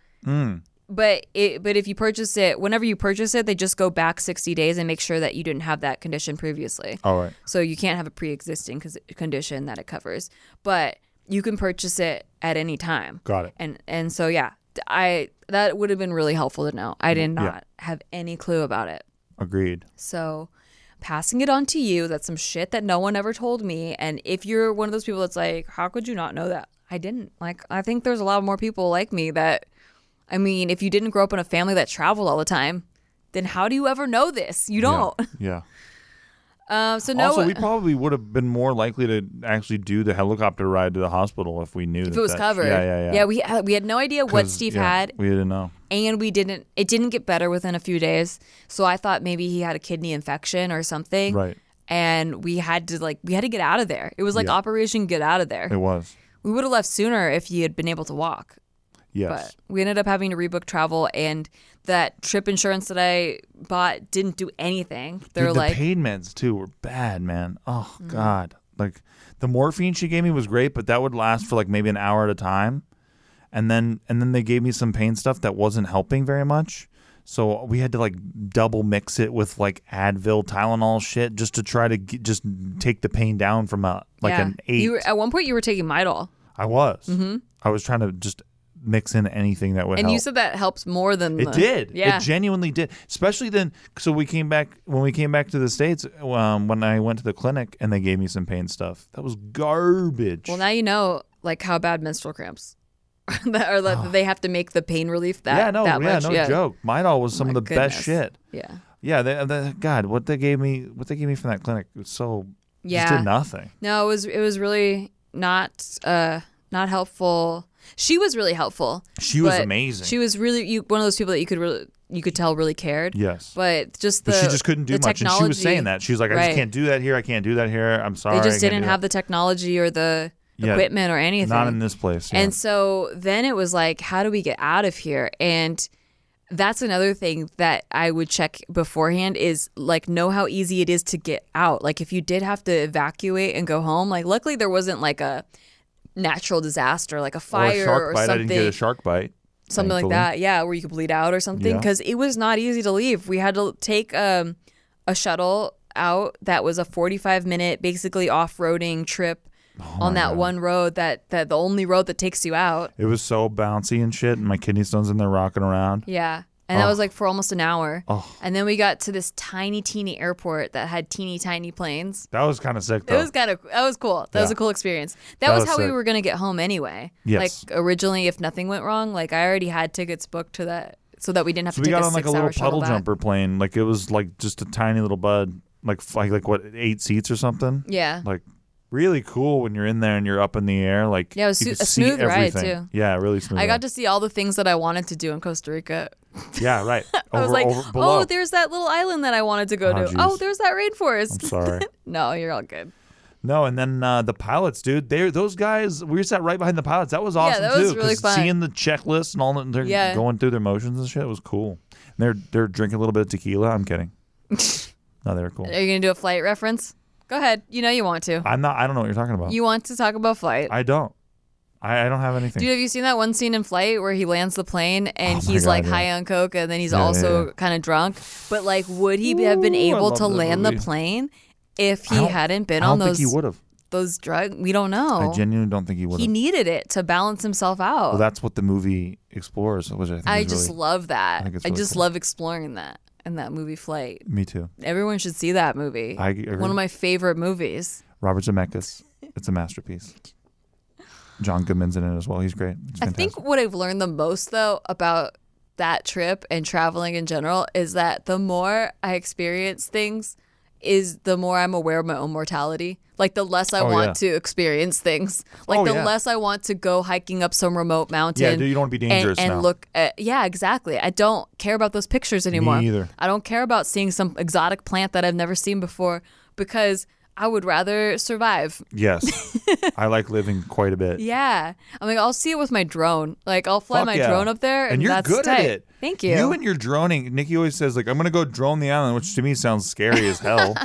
But it, but if you purchase it, whenever you purchase it, they just go back 60 days and make sure that you didn't have that condition previously. All right. So you can't have a pre-existing cons- condition that it covers, but you can purchase it at any time. Got it. And and so yeah, d- I that would have been really helpful to know. I did Mm-hmm. Yeah. not have any clue about it. Agreed. So passing it on to you, that's some shit that no one ever told me. And if you're one of those people that's like, how could you not know that? I didn't. Like I think there's a lot more people like me that I mean, if you didn't grow up in a family that traveled all the time, then how do you ever know this? You don't. *laughs* Yeah. yeah. Um, so no. also, we probably would have been more likely to actually do the helicopter ride to the hospital if we knew if it was covered. Yeah, yeah, yeah. Yeah, we had, we had no idea what 'Cause, Steve yeah, had, We didn't know. and we didn't. It didn't get better within a few days, so I thought maybe he had a kidney infection or something. Right. And we had to like we had to get out of there. It was like Yeah. Operation Get Out of There. It was. we would have left sooner if he had been able to walk, Yes. but we ended up having to rebook travel, and that trip insurance that I bought didn't do anything. They're Dude, like, Mm. the pain meds too were bad, man. Oh god. Like the morphine she gave me was great, but that would last for like maybe an hour at a time. And then and then they gave me some pain stuff that wasn't helping very much. So we had to like double mix it with like Advil, Tylenol shit just to try to g just take the pain down from a like yeah. an 8. You were, at one point, you were taking Midol, I was. I was trying to just mix in anything that would and help. you said that helps more than It the- did. Yeah, It genuinely did. Especially then, so we came back when we came back to the states. Um, when I went to the clinic and they gave me some pain stuff, that was garbage. Well, now you know like how bad menstrual cramps, that, or that they have to make the pain relief that yeah, no, that yeah, much. no yeah. joke. Midol was some My of the goodness. best shit. Yeah, Yeah, they, they, God, what they gave me, what they gave me from that clinic was so just Yeah. did nothing. no, it was it was really not uh not helpful. She was really helpful. She was but amazing. She was really you one of those people that you could really you could tell really cared. yes, But just the but she just couldn't do the much, and she was saying technology- that she was like, I Right. just can't do that here. I can't do that here. I'm sorry. They I just can't didn't do have that." the technology or the Yeah, equipment or anything. Not in this place. Yeah. And so then it was like, how do we get out of here? And that's another thing that I would check beforehand is like know how easy it is to get out. Like if you did have to evacuate and go home, like luckily there wasn't like a natural disaster, like or a a fire shark or, bite. I something didn't get a shark bite. something like thankfully. that. Yeah, where you could bleed out or something. Yeah. Because it was not easy to leave. We had to take um, a shuttle out that was a 45 minute, basically off roading trip Oh on that one road that, that the only road that takes you out. It was so bouncy and shit, and my kidney stones in there rocking around. Yeah. And that was like for almost an hour. Oh. And then we got to this tiny, teeny airport that had teeny, tiny planes. That was kind of sick It though. was kind of that was cool. That was Oh. Yeah. a cool experience. That, That was, was how we sick. were gonna get home anyway. Yes. Like originally, if nothing went wrong, like I already had tickets booked to that, so that we didn't have so to we take got a on like a six-hour little shuttle puddle back. jumper plane. Like it was like just a tiny little bud, like f- like like what eight seats or something. Yeah. Like really cool when you're in there and you're up in the air. Like Yeah, it was you su- could a see smooth ride, everything. too. Yeah, really smooth. I got ride. to see all the things that I wanted to do in Costa Rica. yeah right. Over, *laughs* I was like, over, below. oh, there's that little island that I wanted to go Oh, to. geez. Oh, there's that rainforest. I'm *laughs* sorry. no, you're all good. No, and then uh, the pilots, dude. They those guys. We sat right behind the pilots. That was awesome that was too. really 'cause fun. Seeing the checklist and all that, they're Yeah. going through their motions and shit was cool. And they're they're drinking a little bit of tequila. I'm kidding. *laughs* no, they were cool. Are you gonna do a flight reference? Go ahead. You know you want to. I'm not. I don't know what you're talking about. You want to talk about flight. I don't. I, I don't have anything. Dude, have you seen that one scene in Flight where he lands the plane and Oh my he's like God, yeah. high on coke and then he's Yeah, yeah, also yeah. kind of drunk? But like, would he have been Ooh, I able love to that land the movie. plane if I he don't- hadn't been I on don't those think he would have. those drugs? We don't know. I genuinely don't think he would he have. needed it to balance himself out. well, that's what the movie explores, which I think I is just really, love that. I, think it's really just cool. love exploring that. in that movie Flight. Me too. Everyone should see that movie. I agree. One of my favorite movies. Robert Zemeckis. It's a masterpiece. John Goodman's in it as well. He's great. It's I fantastic. think what I've learned the most though about that trip and traveling in general is that the more I experience things is the more I'm aware of my own mortality. Like the less I Oh, want yeah. to experience things. Like Oh, the yeah. less I want to go hiking up some remote mountain. dude, you don't wanna be and- dangerous And, now. look at yeah, exactly. I don't care about those pictures anymore. either. I don't care about seeing some exotic plant that I've never seen before because I would rather survive *laughs* yes, I like living quite a bit. yeah. I'm like, I'll see it with my drone. Like, I'll fly Fuck my yeah. drone up there, and, and, you're that's good tight. at it. Thank you. You and your droning. Nikki always says like, "I'm gonna go drone the island," which to me sounds scary as *laughs* hell.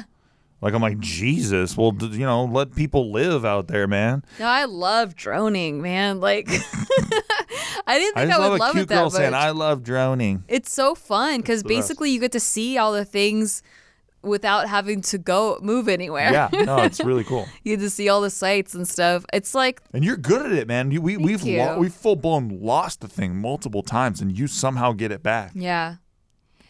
Like I'm like Jesus. Well, d- you know, let people live out there, man. no, I love droning, man. Like, *laughs* I didn't I think just I, love would a love cute it that girl much. saying, "I love *laughs* droning." it's so fun because the best. basically you get to see all the things without having to go move anywhere. yeah, no, it's really cool. *laughs* you get to see all the sights and stuff. It's like, And you're good at it, man. You, we we've you. lo- we've full blown lost the thing multiple times, and you somehow get it back. yeah.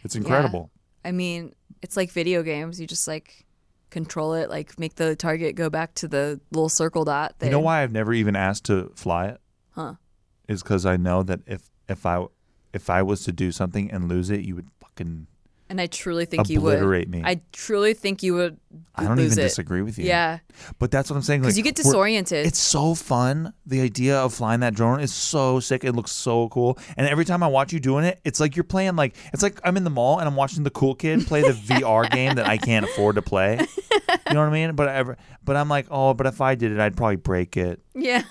It's incredible. I mean, it's like video games. You just like control it, like make the target go back to the little circle dot. Thing. You know why I've never even asked to fly it? Huh. Is because I know that if if I if I was to do something and lose it, you would fucking. And I truly think you would Obliterate me. I truly think you would. I don't lose even it. disagree with you. Yeah, But that's what I'm saying. because like, you get we're- disoriented. It's so fun. The idea of flying that drone is so sick. It looks so cool. And every time I watch you doing it, it's like you're playing like it's like I'm in the mall and I'm watching the cool kid play *laughs* the VR game that I can't afford to play. You know what I mean? But I ever, but I'm like, oh, but if I did it, I'd probably break it. *laughs* yeah,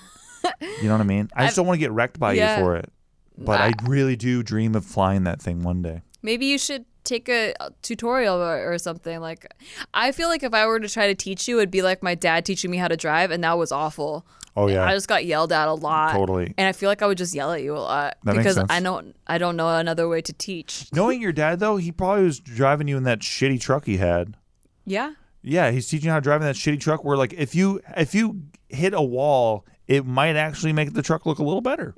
You know what I mean? I just don't want to get wrecked by yeah. you for it. But I really do dream of flying that thing one day. maybe you should take a tutorial or, or something. Like, I feel like if I were to try to teach you, it'd be like my dad teaching me how to drive, and that was awful. Oh I just got yelled at a lot. Totally. And I feel like I would just yell at you a lot That makes because sense. I don't, I don't know another way to teach. Knowing your dad though, he probably was driving you in that shitty truck he had. Yeah, Yeah, he's teaching you how to drive in that shitty truck where like if you if you hit a wall, it might actually make the truck look a little better.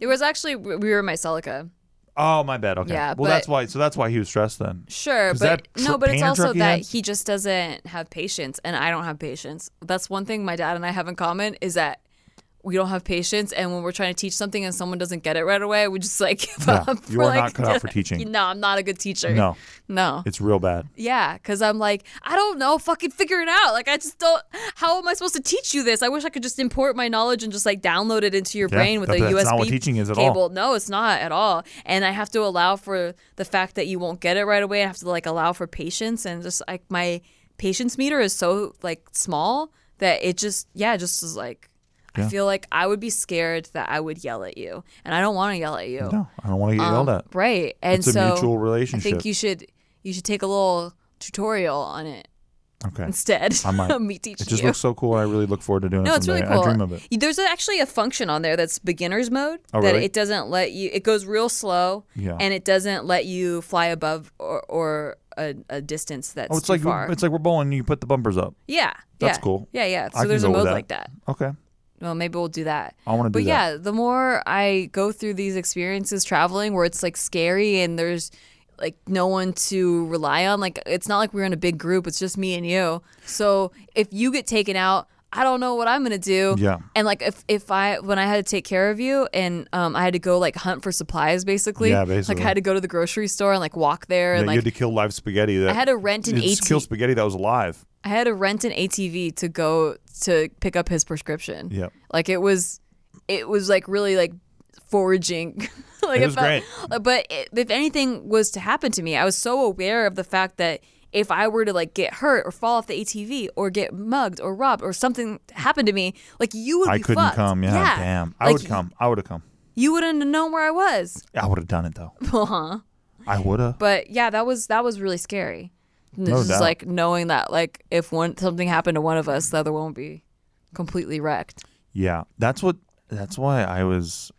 it was actually we were in Myselica. Oh, my bad. Okay. Yeah, well, but- that's why so that's why he was stressed then. Sure, 'Cause but that no, tr- but it's painter also truck he that had- he just doesn't have patience, and I don't have patience. That's one thing my dad and I have in common is that we don't have patience, and when we're trying to teach something and someone doesn't get it right away, we just like *laughs* give Yeah, up. you We're are like, not cut *laughs* out for teaching. No, I'm not a good teacher. No, no, it's real bad. yeah, because I'm like, I don't know, fucking figure it out. Like, I just don't. How am I supposed to teach you this? I wish I could just import my knowledge and just like download it into your Yeah, brain with that- a USB that's not what teaching is at all. cable. No, it's not at all. And I have to allow for the fact that you won't get it right away. I have to like allow for patience and just like my patience meter is so like small that it just yeah, it just is like. I Yeah. feel like I would be scared that I would yell at you, and I don't want to yell at you. No, I don't want to get yelled Oh. Um, at. Right. And It's a so mutual I relationship. think you should you should take a little tutorial on it okay. instead. I *laughs* might. Me teaching It just you. looks so cool. I really look forward to doing no, it it's someday. really cool. I dream of it. Y- There's actually a function on there that's beginner's mode Oh, that really? it doesn't let you. It goes real slow, Yeah. and it doesn't let you fly above or, or a, a distance that's Oh, it's too like far. it's like we're bowling. You put the bumpers up. yeah, That's yeah. cool. Yeah, yeah. So I can there's a go with mode that. like that. Okay. Well, maybe we'll do that. I wanna do But that. yeah, the more I go through these experiences traveling where it's like scary and there's like no one to rely on, like it's not like we're in a big group, it's just me and you. So if you get taken out, I don't know what I'm gonna do. Yeah. And like if, if I when I had to take care of you and um I had to go like hunt for supplies basically. Yeah, Like basically. I had to go to the grocery store and like walk there Yeah, and you like had to kill live spaghetti. That I had to rent an you just kill ATV. spaghetti that was alive. I had to rent an ATV to go to pick up his prescription. Yep. Like it was, it was like really like foraging. *laughs* like It was felt- But it, if anything was to happen to me, I was so aware of the fact that if I were to like get hurt or fall off the ATV or get mugged or robbed or something happened to me, like you would I be couldn't fucked. come. Yeah, damn. I Like, would come. I would have come. You wouldn't have known where *laughs* I was. *laughs* I would have done it though. Uh-huh. *laughs* I would have. But yeah, that was that was really scary. This No is doubt. like knowing that like if one something happened to one of us, the other one would be completely wrecked. Yeah, that's what. That's why I was.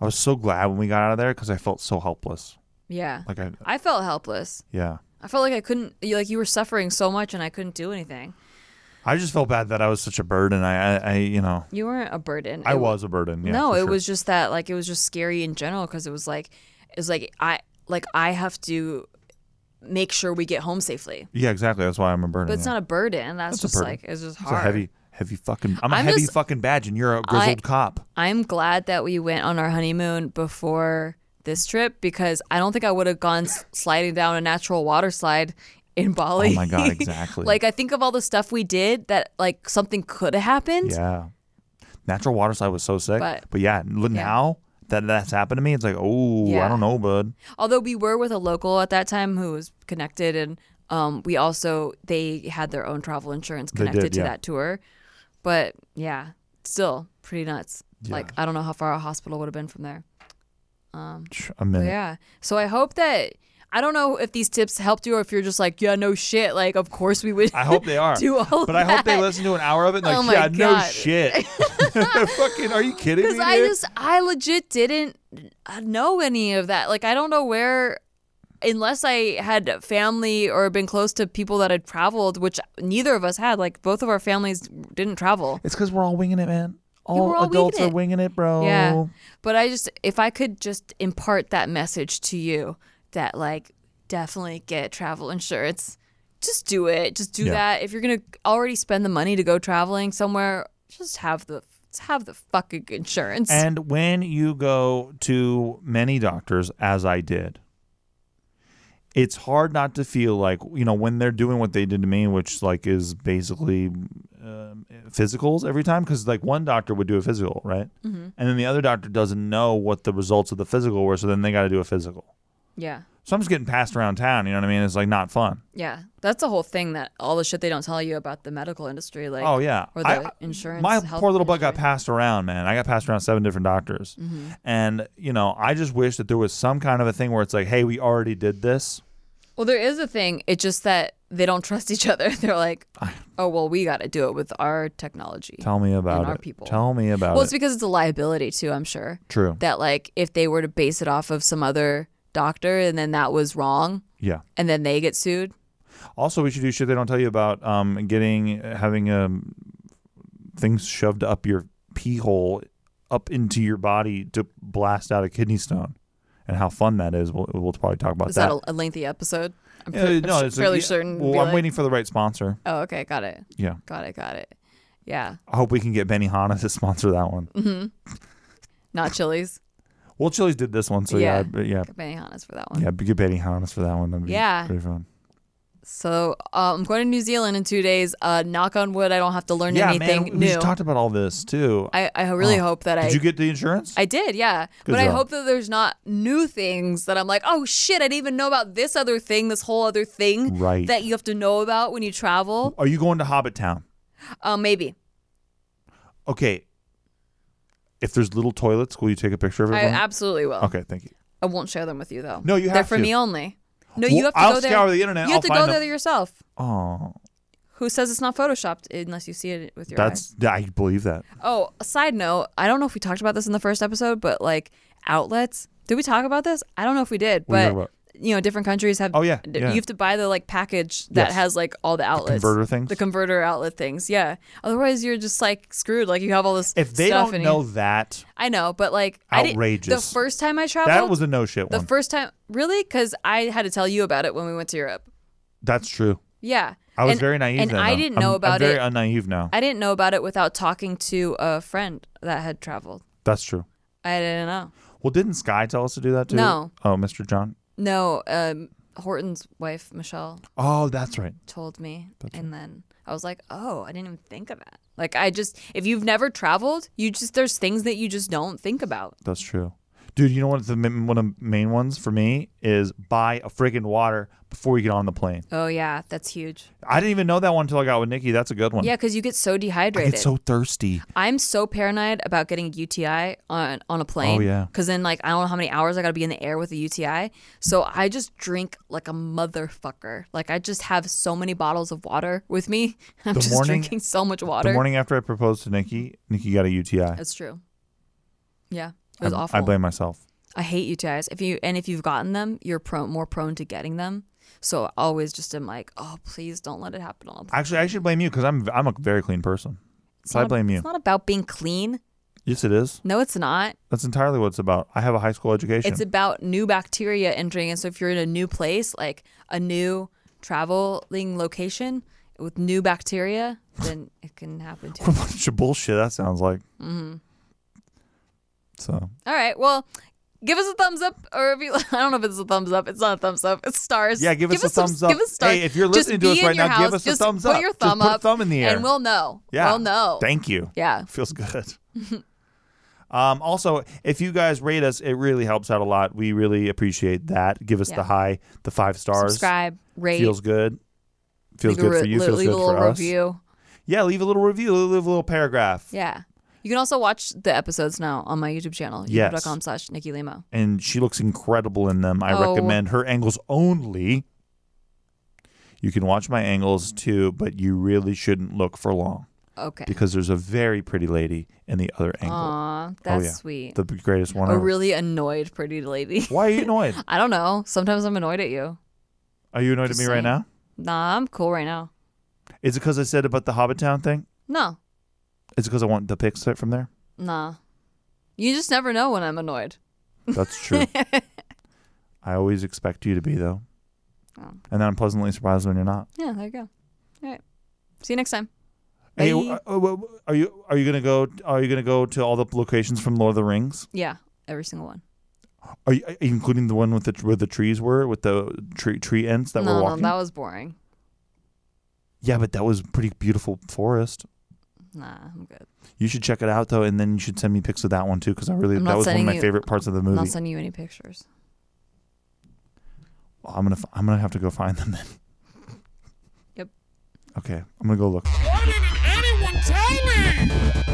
I was so glad when we got out of there because I felt so helpless. Yeah. Like I, I felt helpless. yeah, I felt like I couldn't you- like you were suffering so much and I couldn't do anything. I just felt bad that I was such a burden. I, I, I you know, You weren't a burden. I It- was a burden. Yeah, no, for it sure. was just that like it was just scary in general because it was like it was like I like I have to make sure we get home safely. Yeah, exactly. That's why I'm a burden. But it's yeah. not a burden. That's, It's a just burden. like it's just It's a hard. heavy, heavy fucking. I'm a I'm heavy just- fucking badge, and you're a grizzled *laughs* cop. I'm glad that we went on our honeymoon before this trip because I don't think I would have gone s- sliding down a natural water slide in Bali. Oh *laughs* my God, exactly. like I think of all the stuff we did that like something could have happened. Yeah. Natural water slide was so sick. But, But- yeah, l- now that that's happened to me, it's like, oh, I Yeah. don't know, bud. Although we were with a local at that time who was connected and um, we also they had their own travel insurance They did, connected to yeah. that tour. But yeah, still pretty nuts. Like I don't know how far a hospital would have been from there. Tch, A minute. Oh, Yeah. So I hope that I don't know if these tips helped you or if you're just like, yeah, no shit. Like, of course we would. I hope they are. *laughs* Do all but I hope they *laughs* that. listen to an hour of it and Oh like, my yeah, no God. *laughs* shit. *laughs* fucking, are you kidding me? Because I dude? just, I legit didn't uh, know any of that. Like, I don't know where, unless I had family or been close to people that had traveled, which neither of us had. Like, both of our families didn't travel. it's because we're all winging it, man. All, we're all winging adults are it. winging it, bro. Yeah. But I just, if I could just impart that message to you that, like, definitely get travel insurance, just do it. Just do Yeah. that. If you're going to already spend the money to go traveling somewhere, just have the. just Have the fucking insurance. And when you go to many doctors, as I did, it's hard not to feel like, you know, when they're doing what they did to me, which like is basically um, physicals every time, because like one doctor would do a physical, right? Mm-hmm. And then the other doctor doesn't know what the results of the physical were. So then they got to do a physical. yeah. So I'm just getting passed around town. You know what I mean? It's like not fun. Yeah, that's the whole thing that all the shit they don't tell you about the medical industry, like Oh yeah, or the I- insurance. Mm-hmm. My health poor little bug got industry. passed around, man. I got passed around seven different doctors, and you know, I just wish that there was some kind of a thing where it's like, hey, we already did this. Well, there is a thing. It's just that they don't *laughs* trust each other. They're like, oh well, we got to do it with our technology. Tell me about And our it. people. Tell me about well, it's it. because it's a liability too. I'm sure True. that like if they were to base it off of some other doctor and then that was wrong yeah. and then they get sued. Also, we should do shit they don't tell you about um, getting having um, things shoved up your pee hole, up into your body to blast out a kidney stone, and how fun that is. We'll, we'll probably talk about Is that, a, a lengthy episode? I'm, pre- Yeah, I'm su- Uh, it's a- fairly yeah. certain. it'd Well, be I'm like- waiting for the right sponsor. Oh, okay, got it, Yeah. got it, got it. Yeah, I hope we can get Benihana to *laughs* sponsor that one. Mm. not Chili's. Well, Chili's did this one, so yeah, Yeah. but yeah, Benihana's for that one. yeah. But get Benihana's for that one. That'd be Yeah. pretty fun. So uh, I'm going to New Zealand in two days. Uh, knock on wood, I don't have to learn yeah, anything man. We new. just talked about all this too. I, I really Oh. hope that I did you get the insurance? I did, yeah. Good but I job. hope that there's not new things that I'm like, oh shit, I didn't even know about this other thing, this whole other thing Right. that you have to know about when you travel. Are you going to Hobbit Town? Uh, maybe Okay. If there's little toilets, will you take a picture of it? I for me? absolutely will. okay, thank you. I won't share them with you though. No, you They're have for to. me only. No, Well, you have to I'll go there. scour the internet, You I'll have to find go them. there yourself. Oh, Who says it's not photoshopped unless you see it with your eyes? that's I believe that. Oh, a side note, I don't know if we talked about this in the first episode, but like outlets. Did we talk about this? I don't know if we did, What are you but talking about? you know, different countries have Oh, yeah, d- yeah. you have to buy the like package that Yes. has like all the outlets. converter things? The converter outlet things. Yeah. Otherwise you're just like screwed. Like you have all this If they stuff don't and know you, that, I know, but like I didn't- Outrageous. the first time I traveled that was a no shit the one. first time really cuz I had to tell you about it when we went to Europe. that's true. Yeah. I was And- very naive. And then, I though. didn't I'm- know about I'm very it. unnaive now. I didn't know about it without talking to a friend that had traveled. That's true. I didn't know. Well, didn't Sky tell us to do that too? No. Oh, Mr. John. No, um, Horton's wife Michelle Oh, that's right. told me, and then I was like, "Oh, I didn't even think of that." Like, I just if you've never traveled, you just there's things that you just don't think about. That's true. Dude, you know what the ma- one of the main ones for me is buy a friggin' water before you get on the plane. Oh yeah, that's huge. I didn't even know that one until I got with Nikki. That's a good one. Yeah, because you get so Um, I dehydrated. get so thirsty. I'm so paranoid about getting a UTI on on a plane. Oh, yeah. Because then like I don't know how many hours I got to be in the air with a UTI. So I just drink like a motherfucker. Like I just have so many bottles of water with me. *laughs* I'm The just morning- drinking so much water. The morning after I proposed to Nikki, Nikki got a UTI. It That's true. Yeah, it was I, awful. I blame myself. I hate UTIs. If you and if you've gotten them, you're prone more prone to getting them. So I always just am like, oh, please don't let it happen on a plane. Actually, I should blame you because I'm I'm a very clean person. It's So I not- blame you. It's not about being clean. Yes, it is. No, it's not. That's entirely what it's about. I have a high school education. It's about new bacteria entering. And so if you're in a new place, like a new traveling location with new bacteria, then it can happen *laughs* too. what a bunch of bullshit that sounds like. Mm-hmm. So All right. Well, give us a thumbs up, or if you, *laughs* I don't know if it's a thumbs up. It's not a thumbs up. It's stars. Yeah, give us a some- thumbs up. Give us stars. Hey, if you're Just listening to be us in right your now, give house. us a Just thumbs put up. Your Just thumb put a up, thumb in the air. and we'll know. yeah, we'll know. Thank you. yeah. feels *laughs* good. um, also, if you guys rate us, it really helps out a lot. We really appreciate that. Give us Yeah. the high, the five stars. Subscribe. Rate. Feels good. Feels leave a good for re- you. li- Feels leave good a little for us. review. Yeah, leave a little review. Leave a little paragraph. Yeah. You can also watch the episodes now on my YouTube channel. Yes. YouTube.com slash Nikki Limo. and she looks incredible in them. I Oh. recommend her angles only. You can watch my angles too, but you really shouldn't look for long Okay. because there's a very pretty lady in the other angle. Aw, Oh, that's yeah. sweet. The greatest one a ever. really annoyed pretty lady. Why are you annoyed? *laughs* I don't know. Sometimes I'm annoyed at you. Are you annoyed Just at me right saying. now? Nah, I'm cool right now. Is it because I said about the Hobbit Town thing? No, Is it because I want the pics from there? nah. You just never know when I'm annoyed. That's *laughs* true. I always expect you to be though, Oh. and then I'm pleasantly surprised when you're not. Yeah, there you go. All right. See you next time. Hey, Bye. uh, uh, are you are you gonna go? Are you gonna go to all the locations from Lord of the Rings? Yeah, every single one. Are you, uh, including the one with the where the trees were with the tree tree ends that no, were no, walking? that was boring. yeah, but that was pretty beautiful forest. Nah, I'm good. You should check it out though, and then you should send me pics of that one too, because I really I'm that not was one of sending my you- favorite parts of the I'm movie. not sending you any pictures. I'm gonna f- I'm gonna have to go find them then. Yep. Okay, I'm gonna go look. Why didn't anyone tell me?